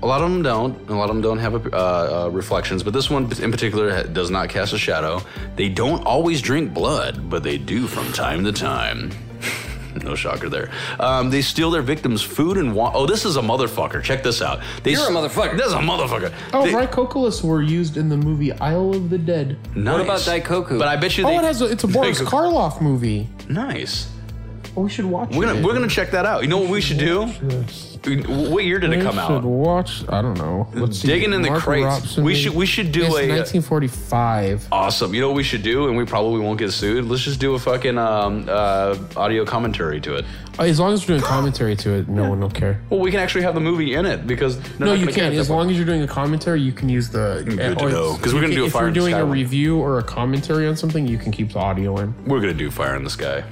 S2: A lot of them don't. and A lot of them don't have uh, uh, reflections, but this one in particular ha- does not cast a shadow. They don't always drink blood, but they do from time to time. no shocker there. Um, they steal their victims' food and wa- oh, this is a motherfucker. Check this out. They
S1: You're a motherfucker.
S2: This is a motherfucker.
S4: Oh,
S2: They-
S4: rye cocolis were used in the movie Isle of the Dead.
S1: What
S2: Nice.
S1: about Daikoku?
S2: But I bet you.
S4: Oh,
S2: they-
S4: it has a, it's a Boris
S2: Daikoku.
S4: Karloff movie.
S2: Nice.
S4: Oh, we should watch
S2: We're
S4: it.
S2: gonna we're gonna check that out. You know what we should do? What year did it come
S4: we
S2: out?
S4: should watch. I don't know. Let's see.
S2: Digging in the
S4: Mark
S2: crates.
S4: Robson
S2: We
S4: made-
S2: should- we should do
S4: Yes,
S2: a- uh,
S4: 1945.
S2: Awesome. You know what we should do, and we probably won't get sued. Let's just do a fucking um, uh, audio commentary to it.
S4: Uh, As long as we're doing commentary to it, no one will care.
S2: Well, we can actually have the movie in it because
S4: No, you can. As long as you're doing a commentary, you can use the. uh,
S2: Good to
S4: or-
S2: know, 'cause we're gonna
S4: you can-
S2: do a
S4: If
S2: Fire
S4: you're
S2: in the
S4: doing
S2: Sky
S4: a
S2: one.
S4: review or a commentary on something, you can keep the audio in.
S2: we're gonna do Fire in the Sky.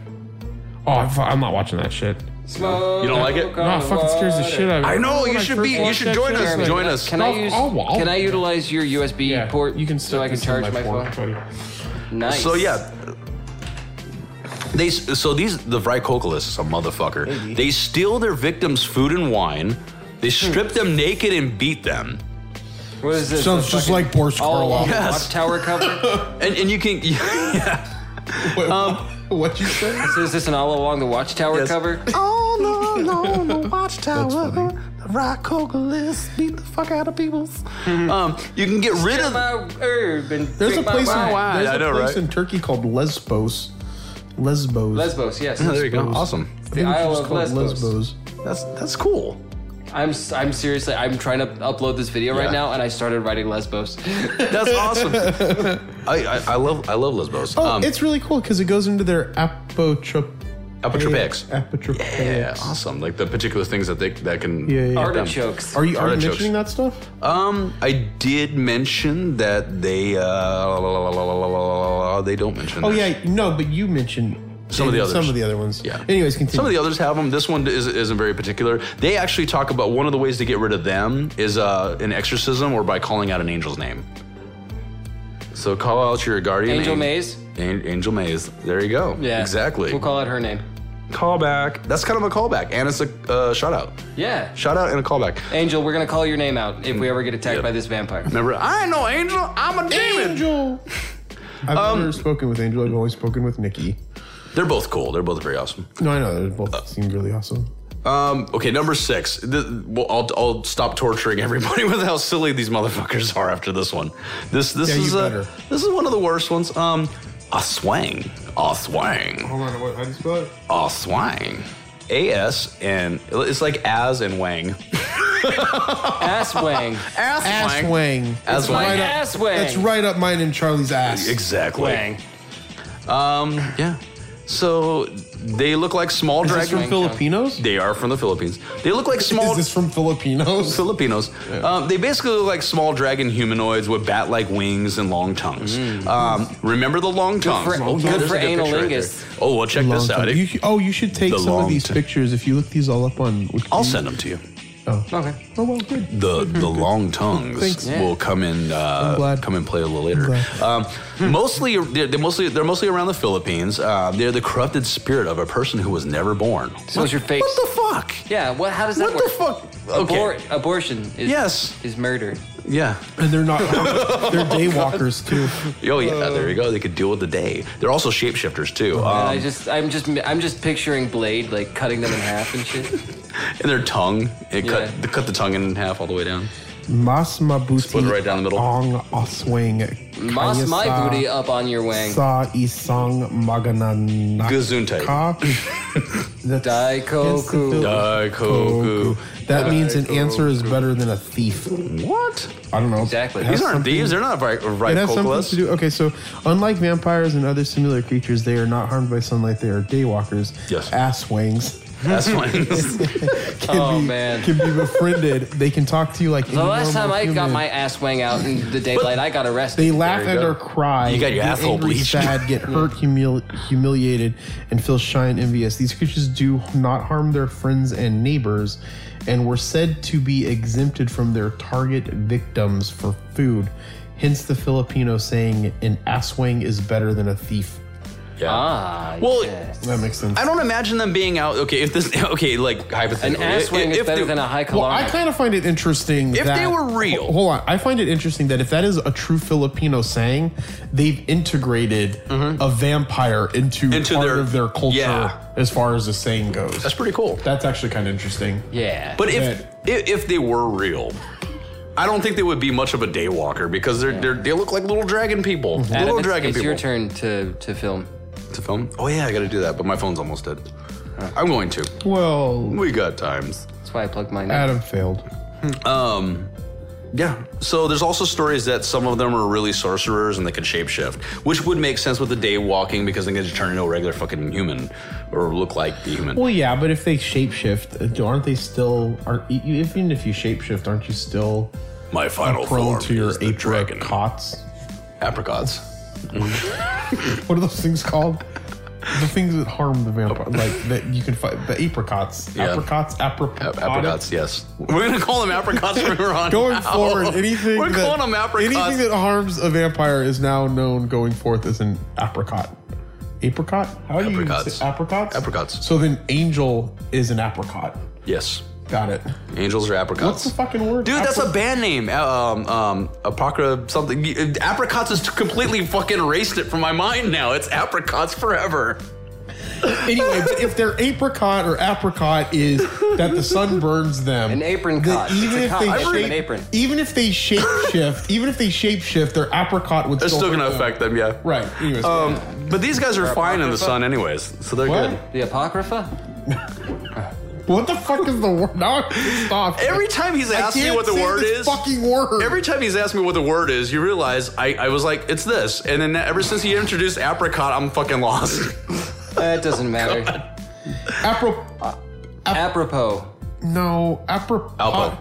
S4: Oh, I'm fu- I'm not watching that shit.
S1: Smoke
S2: You don't like it?
S1: on
S2: No,
S4: Oh, it fucking scares the
S1: water.
S4: shit out of me.
S2: I know.
S4: Remember
S2: You
S4: when I
S2: should
S4: first
S2: be. You
S4: watched
S2: should
S4: that
S2: join
S4: shit? I
S2: us.
S4: was like,
S2: Join us.
S1: Can I
S4: I'll-
S1: use?
S4: I'll- Oh, I'll-
S1: can I utilize your USB
S4: Yeah,
S1: port?
S4: You can
S1: so
S4: stick
S1: I can
S4: this in
S1: charge
S4: my
S1: my, phone.
S4: fork, buddy.
S1: Nice.
S2: So yeah. They so these the Vrykokalists is a motherfucker. They steal their victims' food and wine. They strip them naked and beat them.
S1: What is this?
S3: Sounds
S1: a
S3: just
S1: fucking
S3: like Boris
S1: all along
S3: Karloff.
S1: the
S2: Yes.
S1: Watchtower cover.
S2: And and you can yeah.
S4: Um, What you say?
S1: so is this an all along the Watchtower
S2: Yes.
S1: cover?
S2: Oh no, no, no,
S4: That's funny.
S2: The rock cocolists beat the fuck out of peoples. um, you can get rid of.
S1: my herb and
S4: There's a
S1: drink my
S4: place. In,
S1: wine.
S4: there's
S2: I
S4: a
S2: know,
S4: place
S2: right?
S4: in Turkey called Lesbos. Lesbos.
S1: Lesbos, yes.
S2: Oh, there you go. Awesome.
S4: I think
S1: The
S4: it's
S1: Isle
S4: just
S1: of
S4: called
S1: Lesbos.
S2: That's that's cool.
S1: I'm s- I'm seriously I'm trying to upload this video
S2: Yeah.
S1: right now and I started writing Lesbos.
S2: That's awesome. I, I I love I love Lesbos.
S4: Oh, it's really cool because it goes into their apotrop.
S2: apotropaics.
S4: Apotrop.
S2: Yeah, awesome. Like the particular things that they that can.
S4: Yeah, yeah.
S1: Artichokes.
S4: Are you are you
S2: Artichokes.
S4: mentioning that stuff?
S2: Um, I did mention that they uh la, la, la, la, la, la, la, they don't mention.
S4: Oh
S2: this.
S4: yeah, no, but you mentioned
S2: Some of the
S4: Some
S2: others.
S4: of the other ones.
S2: Yeah.
S4: Anyways, continue.
S2: Some of the others have them. This one is, isn't very particular. They actually talk about one of the ways to get rid of them is uh, an exorcism or by calling out an angel's name. So call out your guardian
S1: Angel
S2: an-
S1: Maze?
S2: An- Angel Maze. There you go.
S1: Yeah.
S2: Exactly.
S1: We'll call out her name.
S2: callback. That's kind of a callback, and it's a uh, shout out.
S1: Yeah.
S2: Shout out and a callback.
S1: Angel, we're gonna call your name out if we ever get attacked
S2: Yep.
S1: by this vampire.
S2: Remember, I ain't no angel. I'm a demon.
S4: Angel.
S3: I've
S2: um,
S3: never spoken with Angel. I've only spoken with Nikki.
S2: They're both cool. They're both very awesome.
S4: No, I know. They both seem really awesome.
S2: Um, okay, number six. Th- well, I'll, I'll stop torturing everybody with how silly these motherfuckers are after this one. This this
S4: Yeah, you
S2: is uh
S4: better.
S2: this is one of the worst ones. Um, a swang, a swang,
S4: Hold on, what, how do you spell it?
S2: a swang. A S and it's like as and wang.
S1: Ass wang.
S2: Ass,
S4: Ass wang.
S2: Ass wang.
S1: Like
S4: Right up-
S1: ass wang.
S4: That's right up mine and Charlie's ass.
S2: Exactly.
S1: Wang.
S2: Um, yeah. So they look like small
S4: Is this
S2: dragons.
S4: from Filipinos?
S2: They are from the Philippines. They look like small
S4: Is this from Filipinos?
S2: Filipinos. Um, they basically look like small dragon humanoids with bat-like wings and long tongues. Um, remember the long tongues?
S1: for-
S2: oh, yeah,
S1: good
S2: there's
S1: for
S2: a picture right
S1: analingus.
S2: there. oh, well, check this
S4: Long
S2: out.
S4: time.
S2: It-
S4: You sh- oh, you should take
S2: The
S4: some
S2: long
S4: of these
S2: time.
S4: pictures if you look these all up on.
S2: I'll send them to you.
S4: Oh.
S1: Okay.
S4: Oh well, good.
S2: The the long tongues
S4: Thanks.
S1: Yeah.
S2: will come in uh,
S4: I'm glad.
S2: come and play a little later.
S4: glad.
S2: Um, mostly they're, they're mostly they're mostly around the Philippines. Uh, they're the corrupted spirit of a person who was never born.
S1: So it's your face.
S2: What the fuck?
S1: Yeah. What? How does
S2: What
S1: that work?
S2: the fuck? Okay.
S1: Abor- abortion is
S2: Yes.
S1: is murder.
S2: Yeah.
S4: And they're not. they're daywalkers too.
S2: Oh yeah,
S4: Uh,
S2: there you go. They could deal with the day. They're also shapeshifters too.
S1: And
S2: Um,
S1: I just, I'm just, I'm just picturing Blade like cutting them in half and shit.
S2: and their tongue, it
S1: Yeah.
S2: cut they cut the tongue in half all the way down.
S4: Mas mabuti.
S2: Split it right down the middle.
S4: Ong oswing.
S1: Moss
S4: kaya
S2: uh,
S1: my
S4: sa-
S1: booty up on your wang.
S4: Sa isang maganan.
S2: Gesundheit.
S1: Daikoku.
S2: Daikoku.
S4: That means an answer is better than a thief.
S2: What?
S4: I don't know.
S1: Exactly.
S4: It has
S2: These aren't
S4: something-
S2: thieves. They're not right.
S4: It
S2: right
S4: has something to do. Okay, so unlike vampires and other similar creatures, they are not harmed by sunlight. They are daywalkers.
S2: Yes.
S4: Ass wings.
S2: That's fine.
S4: Can
S1: Oh,
S4: be,
S1: man.
S4: Can be befriended. they can talk to you like.
S1: The last time I got my ass wang out in the daylight, I got arrested.
S4: They laugh
S2: you
S4: and
S2: go.
S4: or cry.
S2: You got your
S4: get
S2: asshole
S4: angry,
S2: bleached.
S4: Sad, get hurt, humil- humiliated, and feel shy and envious. These creatures do not harm their friends and neighbors, and were said to be exempted from their target victims for food. Hence the Filipino saying, "An asswang is better than a thief."
S2: yeah.
S1: Ah,
S2: Well,
S1: yes.
S4: That makes sense.
S2: I don't imagine them being out. Okay, if this. Okay, like
S1: an
S2: hypothetically,
S1: ass
S2: if-
S1: wang is
S2: if
S1: better
S2: they-
S1: than a high
S4: Well, I
S1: colonic.
S4: kind of find it interesting.
S2: If
S4: that,
S2: they were real.
S4: Ho- hold on. I find it interesting that if that is a true Filipino saying, they've integrated a vampire into,
S2: Mm-hmm. Into
S4: part
S2: their-
S4: of their culture
S2: yeah.
S4: as far as the saying goes.
S2: That's
S4: That's,
S2: pretty cool.
S4: actually kind of interesting.
S1: yeah.
S2: But if,
S4: That-
S2: if if they were real, I don't think they would be much of a daywalker because they're, they're they look like little dragon people.
S1: Adam,
S2: little
S1: it's,
S2: dragon
S1: it's
S2: people.
S1: your turn to to film.
S2: to film. Oh yeah, I got to do that, but my phone's almost dead. I'm going to.
S4: Well,
S2: We got times.
S1: That's why I plugged mine. in.
S4: Adam failed.
S2: Um, yeah. So there's also stories that some of them are really sorcerers and they can shapeshift, which would make sense with the day walking because they can just turn into a regular fucking human or look like the human.
S4: Well, yeah, but if they shapeshift, uh, aren't they still? Aren't you- even if you shapeshift, aren't you still
S2: my final form
S4: prone to your
S2: is the dragon.
S4: ape cots?
S2: Apricots.
S4: What are those things called? The things that harm the vampire, like that you can fight the apricots,
S2: Oh. Yeah.
S4: apricots,
S2: A-
S4: apricots,
S2: apricots. Yes. We're gonna call them apricots from here on.
S4: Going
S2: out.
S4: forward, anything
S2: We're
S4: that,
S2: calling them apricots.
S4: anything that harms a vampire is now known going forth as an apricot. Apricot? How do you
S2: Apricots.
S4: say apricots?
S2: Apricots.
S4: So then, angel is an apricot.
S2: yes.
S4: Got it.
S2: Angels are apricots.
S4: What's the fucking word?
S2: Dude, that's a
S4: Apri-
S2: band name. Um, um, Apocra something. uh, Apricots has completely fucking erased it from my mind now. It's apricots forever.
S4: anyway. But if their apricot or apricot is that the sun burns them,
S1: An apron
S4: then
S1: cot.
S4: Even
S1: It's a
S4: if
S1: cot.
S4: they
S1: I
S4: shape,
S1: believe an apron.
S3: e-
S4: even if they shape shift, even if they shape shift, their apricot would
S2: It's still
S4: hurt
S2: gonna
S4: them.
S2: affect them, yeah.
S4: Right. Anyways,
S2: Um, but these guys are fine in the sun, anyways, so they're
S4: What?
S2: good.
S1: The apocrypha.
S4: what the fuck is the word? Now I'm pissed off.
S2: Every time he's
S4: I
S2: asking me
S4: can't
S2: what the
S4: say
S2: word
S4: this
S2: is,
S4: Fucking word.
S2: every time he's asking me what the word is, you realize I, I was like, it's this, and then ever since he introduced apricot, I'm fucking lost.
S1: That Eh, doesn't matter.
S4: Apro-
S1: Apropos.
S4: no, apro-
S2: Alpo.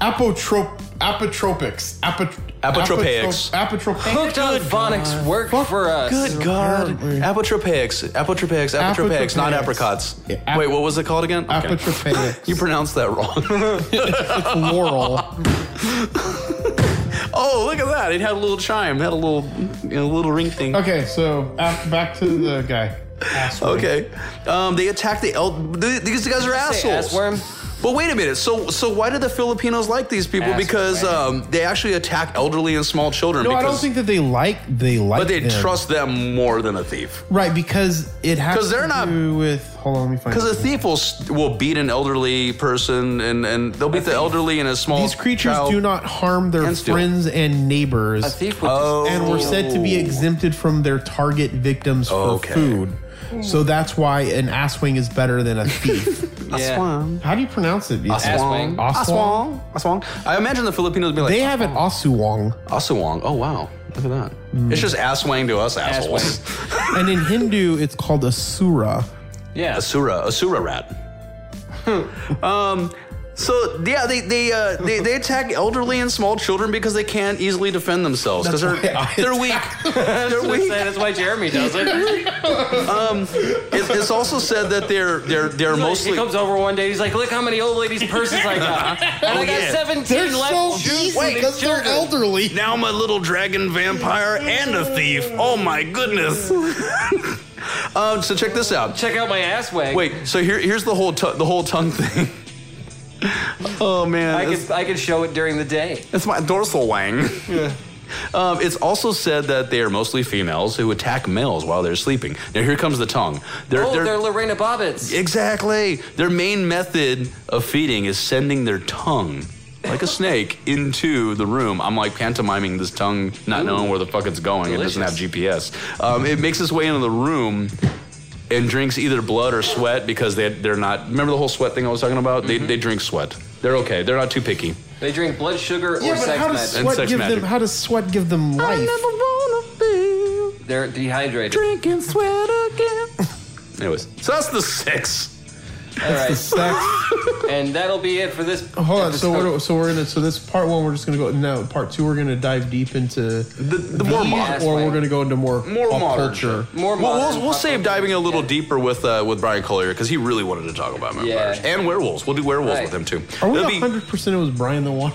S4: apotrop- apotropics. Apot-
S2: Apotropaics.
S4: apotro-
S1: Hooked
S4: Apotropaics.
S1: on phonics work for us.
S2: Good God. Apotropaics. Apotropaics. Apotropaics, not
S4: Apotropaics.
S2: apricots.
S4: Yeah, ap-
S2: Wait, what was it called again? Okay.
S4: Apotropaics.
S2: You pronounced that wrong.
S4: Laurel.
S2: oh, look at that. It had a little chime. It had a little you know, little ring thing.
S4: Okay, so ap- back to the guy. Ass wing.
S2: Okay. Um, they attack the el- th- these guys are
S1: you say
S2: assholes.
S1: assworm?
S2: But wait a minute. So so why do the Filipinos like these people?
S1: Assworm.
S2: Because um, they actually attack elderly and small children.
S4: No, I
S2: because,
S4: don't think that they like they like.
S2: But they
S4: them.
S2: trust them more than a thief.
S4: right because it has
S2: 'Cause they're
S4: to
S2: not-
S4: do with. Hold on, let me find.
S2: Because a
S4: it.
S2: thief will st- will beat an elderly person, and, and they'll beat the elderly and a small.
S4: These creatures
S2: child.
S4: do not harm their
S2: And steal.
S4: friends and neighbors.
S1: A thief would
S2: Oh.
S1: just
S4: and were said to be exempted from their target victims for
S2: Okay.
S4: food. So that's why an asswing is better than a thief.
S1: yeah.
S4: How do you pronounce it?
S1: Aswang.
S4: Aswang.
S2: Aswang. Aswang. I imagine the Filipinos would be like,
S4: They Hmm. have an aswang.
S2: Aswang. Oh, wow. Look at that. It's just ass wang to us assholes.
S3: And in Hindu, it's called Asura.
S1: Yeah.
S2: Asura, Asura rat.
S1: Hmm.
S2: um, so yeah, they they, uh, they they attack elderly and small children because they can't easily defend themselves because they're
S3: why I
S2: they're weak. they're
S1: That's
S2: weak.
S1: why- that's why Jeremy does it.
S2: It's, it's also said that they're they're they're
S1: Like,
S2: mostly
S1: He comes over one day. He's like, "Look how many old ladies' purses I got, and I got
S2: Oh, yeah.
S1: 17
S3: They're
S1: left."
S3: so
S1: Shoot,
S3: easy
S1: wait,
S3: because they're
S1: children.
S3: elderly.
S2: now I'm a little dragon vampire and a thief. Oh my goodness. um, so check this out.
S1: Check out my ass wag.
S2: Wait, so here here's the whole tu- the whole tongue thing. oh man,
S1: I
S2: it's-
S1: could I could show it during the day.
S2: It's my dorsal wang. Um, it's also said that they are mostly females who attack males while they're sleeping. Now here comes the tongue. They're,
S1: Oh,
S2: they're-
S1: they're, Lorena Bobbitt's.
S2: exactly. Their main method of feeding is sending their tongue, like a snake, into the room. I'm like pantomiming this tongue, not knowing where the fuck it's going. It
S1: Delicious.
S2: doesn't have GPS. Um, it makes its way into the room. And drinks either blood or sweat because they, they're not. Remember the whole sweat thing I was talking about?
S1: Mm-hmm.
S2: They, they drink sweat. They're okay. They're not too picky.
S1: They drink blood sugar
S3: Yeah,
S1: or
S3: but
S1: sex
S3: how does
S1: magic.
S2: And
S3: sweat
S2: sex
S3: give
S2: magic.
S3: them? How does sweat give them life?
S1: They're dehydrated.
S2: drinking sweat again. Anyways, so that's the six.
S1: All right,
S3: Sex.
S1: and that'll be it for this.
S3: Hold on. So
S1: episode.
S3: we're, so we're gonna. So this part one, we're just gonna go. No, part two, we're gonna dive deep into
S2: The, the more modern,
S3: these,
S1: modern.
S3: or we're gonna go into more
S2: more
S3: pop
S2: modern
S3: culture.
S2: shit.
S1: More
S2: Well,
S1: modern
S2: we'll, we'll
S1: pop
S2: save
S1: culture.
S2: diving a little deeper with uh, with Brian Collier because he really wanted to talk about vampires
S1: Yeah.
S2: and werewolves. We'll do werewolves
S1: Right.
S2: with him too.
S3: Are we
S2: That'd be-
S3: hundred percent? It was Brian the one.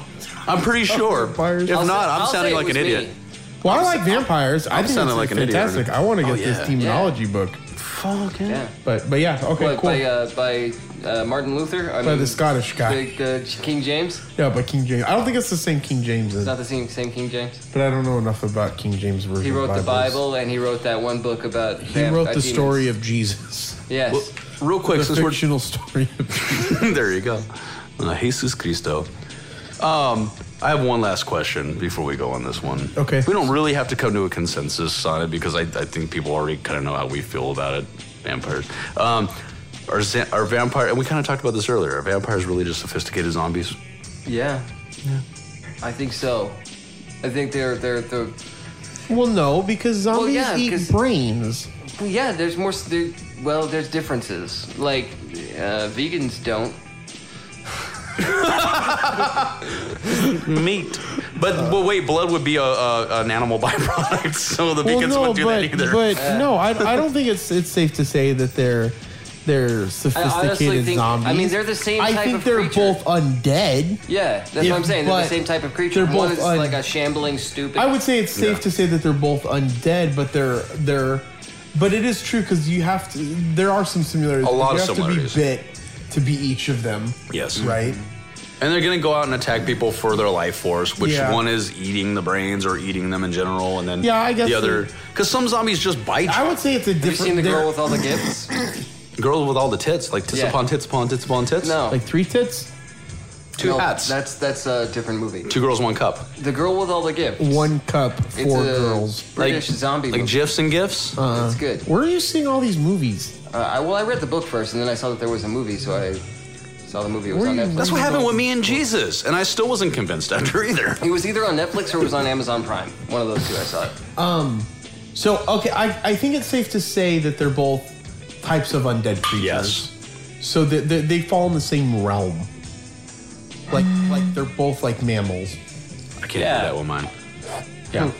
S2: I'm pretty sure.
S3: vampires?
S2: If
S3: I'll
S2: not,
S1: say-
S2: I'm
S1: I'll
S2: sounding
S1: say it
S2: like an
S1: was me.
S2: idiot.
S3: Well, I like vampires. i
S2: I'm
S3: think
S2: sounding like
S3: it's
S2: an idiot right
S3: fantastic.
S2: now.
S3: I want to
S2: Oh, yeah.
S3: get this demonology book.
S2: Fuck yeah.
S1: Yeah.
S3: But but yeah, okay,
S1: What,
S3: cool.
S1: by uh, by uh, Martin Luther. I
S3: By
S1: mean,
S3: the Scottish guy.
S1: the, the King James.
S3: Yeah, but King James. I don't think it's the same King James,
S1: It's
S3: as,
S1: not the same same King James.
S3: but I don't know enough about King James version.
S1: He wrote the
S3: Bibles.
S1: Bible and he wrote that one book about.
S3: He wrote the story of Jesus.
S1: Yes.
S2: Well, real quick,
S3: The
S2: since we're
S3: fictional story of Jesus.
S2: there you go. Uh, Jesus Cristo. Um, I have one last question before we go on this one.
S3: Okay.
S2: We don't really have to come to a consensus on it because I, I think people already kind of know how we feel about it. Vampires. Um, are, za- are vampire, and we kind of talked about this earlier, are vampires really just sophisticated zombies?
S1: yeah. I think so. I think they're they're they're
S3: Well, no, because zombies
S1: yeah,
S3: eat
S1: 'cause-
S3: brains.
S1: Yeah, there's more. s- There, well, there's differences. Like uh, vegans don't.
S2: Meat. But, but wait, blood would be a, a, an animal byproduct, so the
S3: Well,
S2: vegans
S3: no,
S2: wouldn't do
S3: but,
S2: that either.
S3: but no, I, I don't think it's it's safe to say that they're they're sophisticated
S1: think- I
S3: zombies.
S1: mean, they're the same
S3: I
S1: type
S3: think
S1: of
S3: they're
S1: creature.
S3: both undead.
S1: Yeah, that's what
S3: Yeah,
S1: I'm saying. They're the
S3: but
S1: same type of creature.
S3: they're
S1: One
S3: both
S1: is
S3: un-
S1: like a shambling, stupid.
S3: I would say it's safe
S2: Yeah.
S3: to say that they're both undead, but they're they're. But it is true because you have to. There are some similarities.
S2: A lot
S3: you
S2: of
S3: have
S2: similarities.
S3: to be bit to be each of them.
S2: Yes. Mm-hmm.
S3: Right.
S2: And they're going to go out and attack people for their life force, which
S3: Yeah.
S2: one is eating the brains or eating them in general, and then
S3: Yeah, I guess
S2: the other. Because some zombies just bite you.
S3: I would say it's a
S1: Have you
S3: different.
S1: seen the
S3: they're-
S1: girl with all the gifts?
S2: Girl with all the tits, like tits
S1: Yeah.
S2: upon tits upon tits upon tits.
S1: No,
S3: like three tits,
S2: two
S1: no,
S2: hats,
S1: That's that's a different movie.
S2: two girls, one cup.
S1: The girl with all the gifts.
S3: one cup,
S1: It's
S3: four
S1: a
S3: girls. Uh,
S1: British zombie.
S2: like
S1: movie.
S2: gifs and gifs.
S1: it's good.
S3: Where are you seeing all these movies?
S1: Uh, I, well, I read the book first, and then I saw that there was a movie, so I saw the movie. It was
S3: Were
S1: on
S3: you-
S1: Netflix.
S2: that's what happened with me and Jesus, and I still wasn't convinced after either.
S1: It was either on Netflix or it was on Amazon Prime. One of those two. I saw it.
S3: Um, So okay, I, I think it's safe to say that they're both types of undead creatures.
S2: Yes.
S3: So that they, they fall in the same realm. Like like they're both like mammals.
S2: I can't
S1: Yeah.
S2: do that with mine.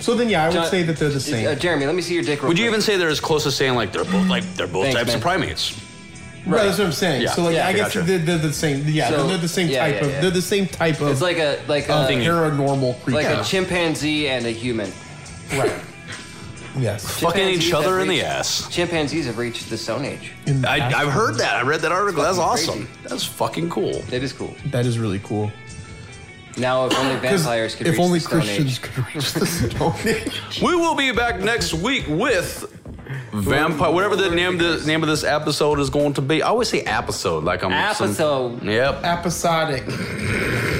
S3: So then yeah, I would
S1: John-
S3: say that they're the same.
S1: Uh, Jeremy, let me see your dick. real
S2: Would you
S1: quick.
S2: even say they're as close as saying like they're both like they're both
S1: Thanks,
S2: types
S1: man.
S2: of primates?
S3: Right. That's what I'm saying.
S2: Yeah.
S3: So like,
S1: Yeah,
S3: I guess
S2: gotcha.
S3: they're, they're the same. Yeah,
S1: So-
S3: they're the same
S1: yeah,
S3: type
S1: yeah,
S3: of.
S1: yeah.
S3: They're the same type of.
S1: It's like a like
S3: of
S1: a
S3: paranormal creature.
S1: like a chimpanzee and a human.
S3: right. yes.
S2: Fucking
S1: Chimpanzees
S2: each other
S1: have
S2: in the
S1: reached-
S2: ass.
S1: Chimpanzees have reached the Stone Age.
S3: In the
S2: I,
S3: past-
S2: I've heard that. I read that article. That's
S1: Fucking
S2: awesome. That's fucking cool.
S1: That is cool.
S3: that is really cool.
S1: Now, if only
S3: 'Cause
S1: vampires could
S3: if
S1: reach
S3: only
S1: the Stone
S3: Christians
S1: Age.
S3: could reach the Stone Age.
S2: We will be back next week with vampire, whatever the name of the name of this episode is going to be. I always say episode, like I'm some-
S1: Episode.
S2: yep,
S3: Episodic.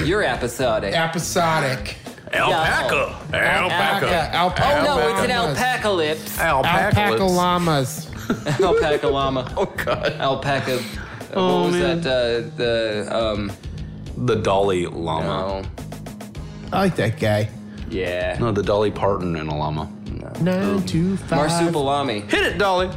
S1: You're episodic.
S3: Episodic.
S2: alpaca, alpaca,
S3: Alpaca.
S1: oh no, it's an
S3: Alpaca.
S1: alpacalypse.
S2: alpaca.
S3: Alpaca llamas.
S1: alpaca llama.
S2: Oh god,
S1: Alpaca. uh,
S2: Oh,
S1: what was
S2: man.
S1: that? Uh, the um.
S2: the Dalai Lama.
S1: Oh,
S3: I like that guy.
S1: Yeah.
S2: No, the Dolly Parton and a llama.
S4: Nine, two, five.
S1: Marsupilami.
S2: Hit it, Dolly.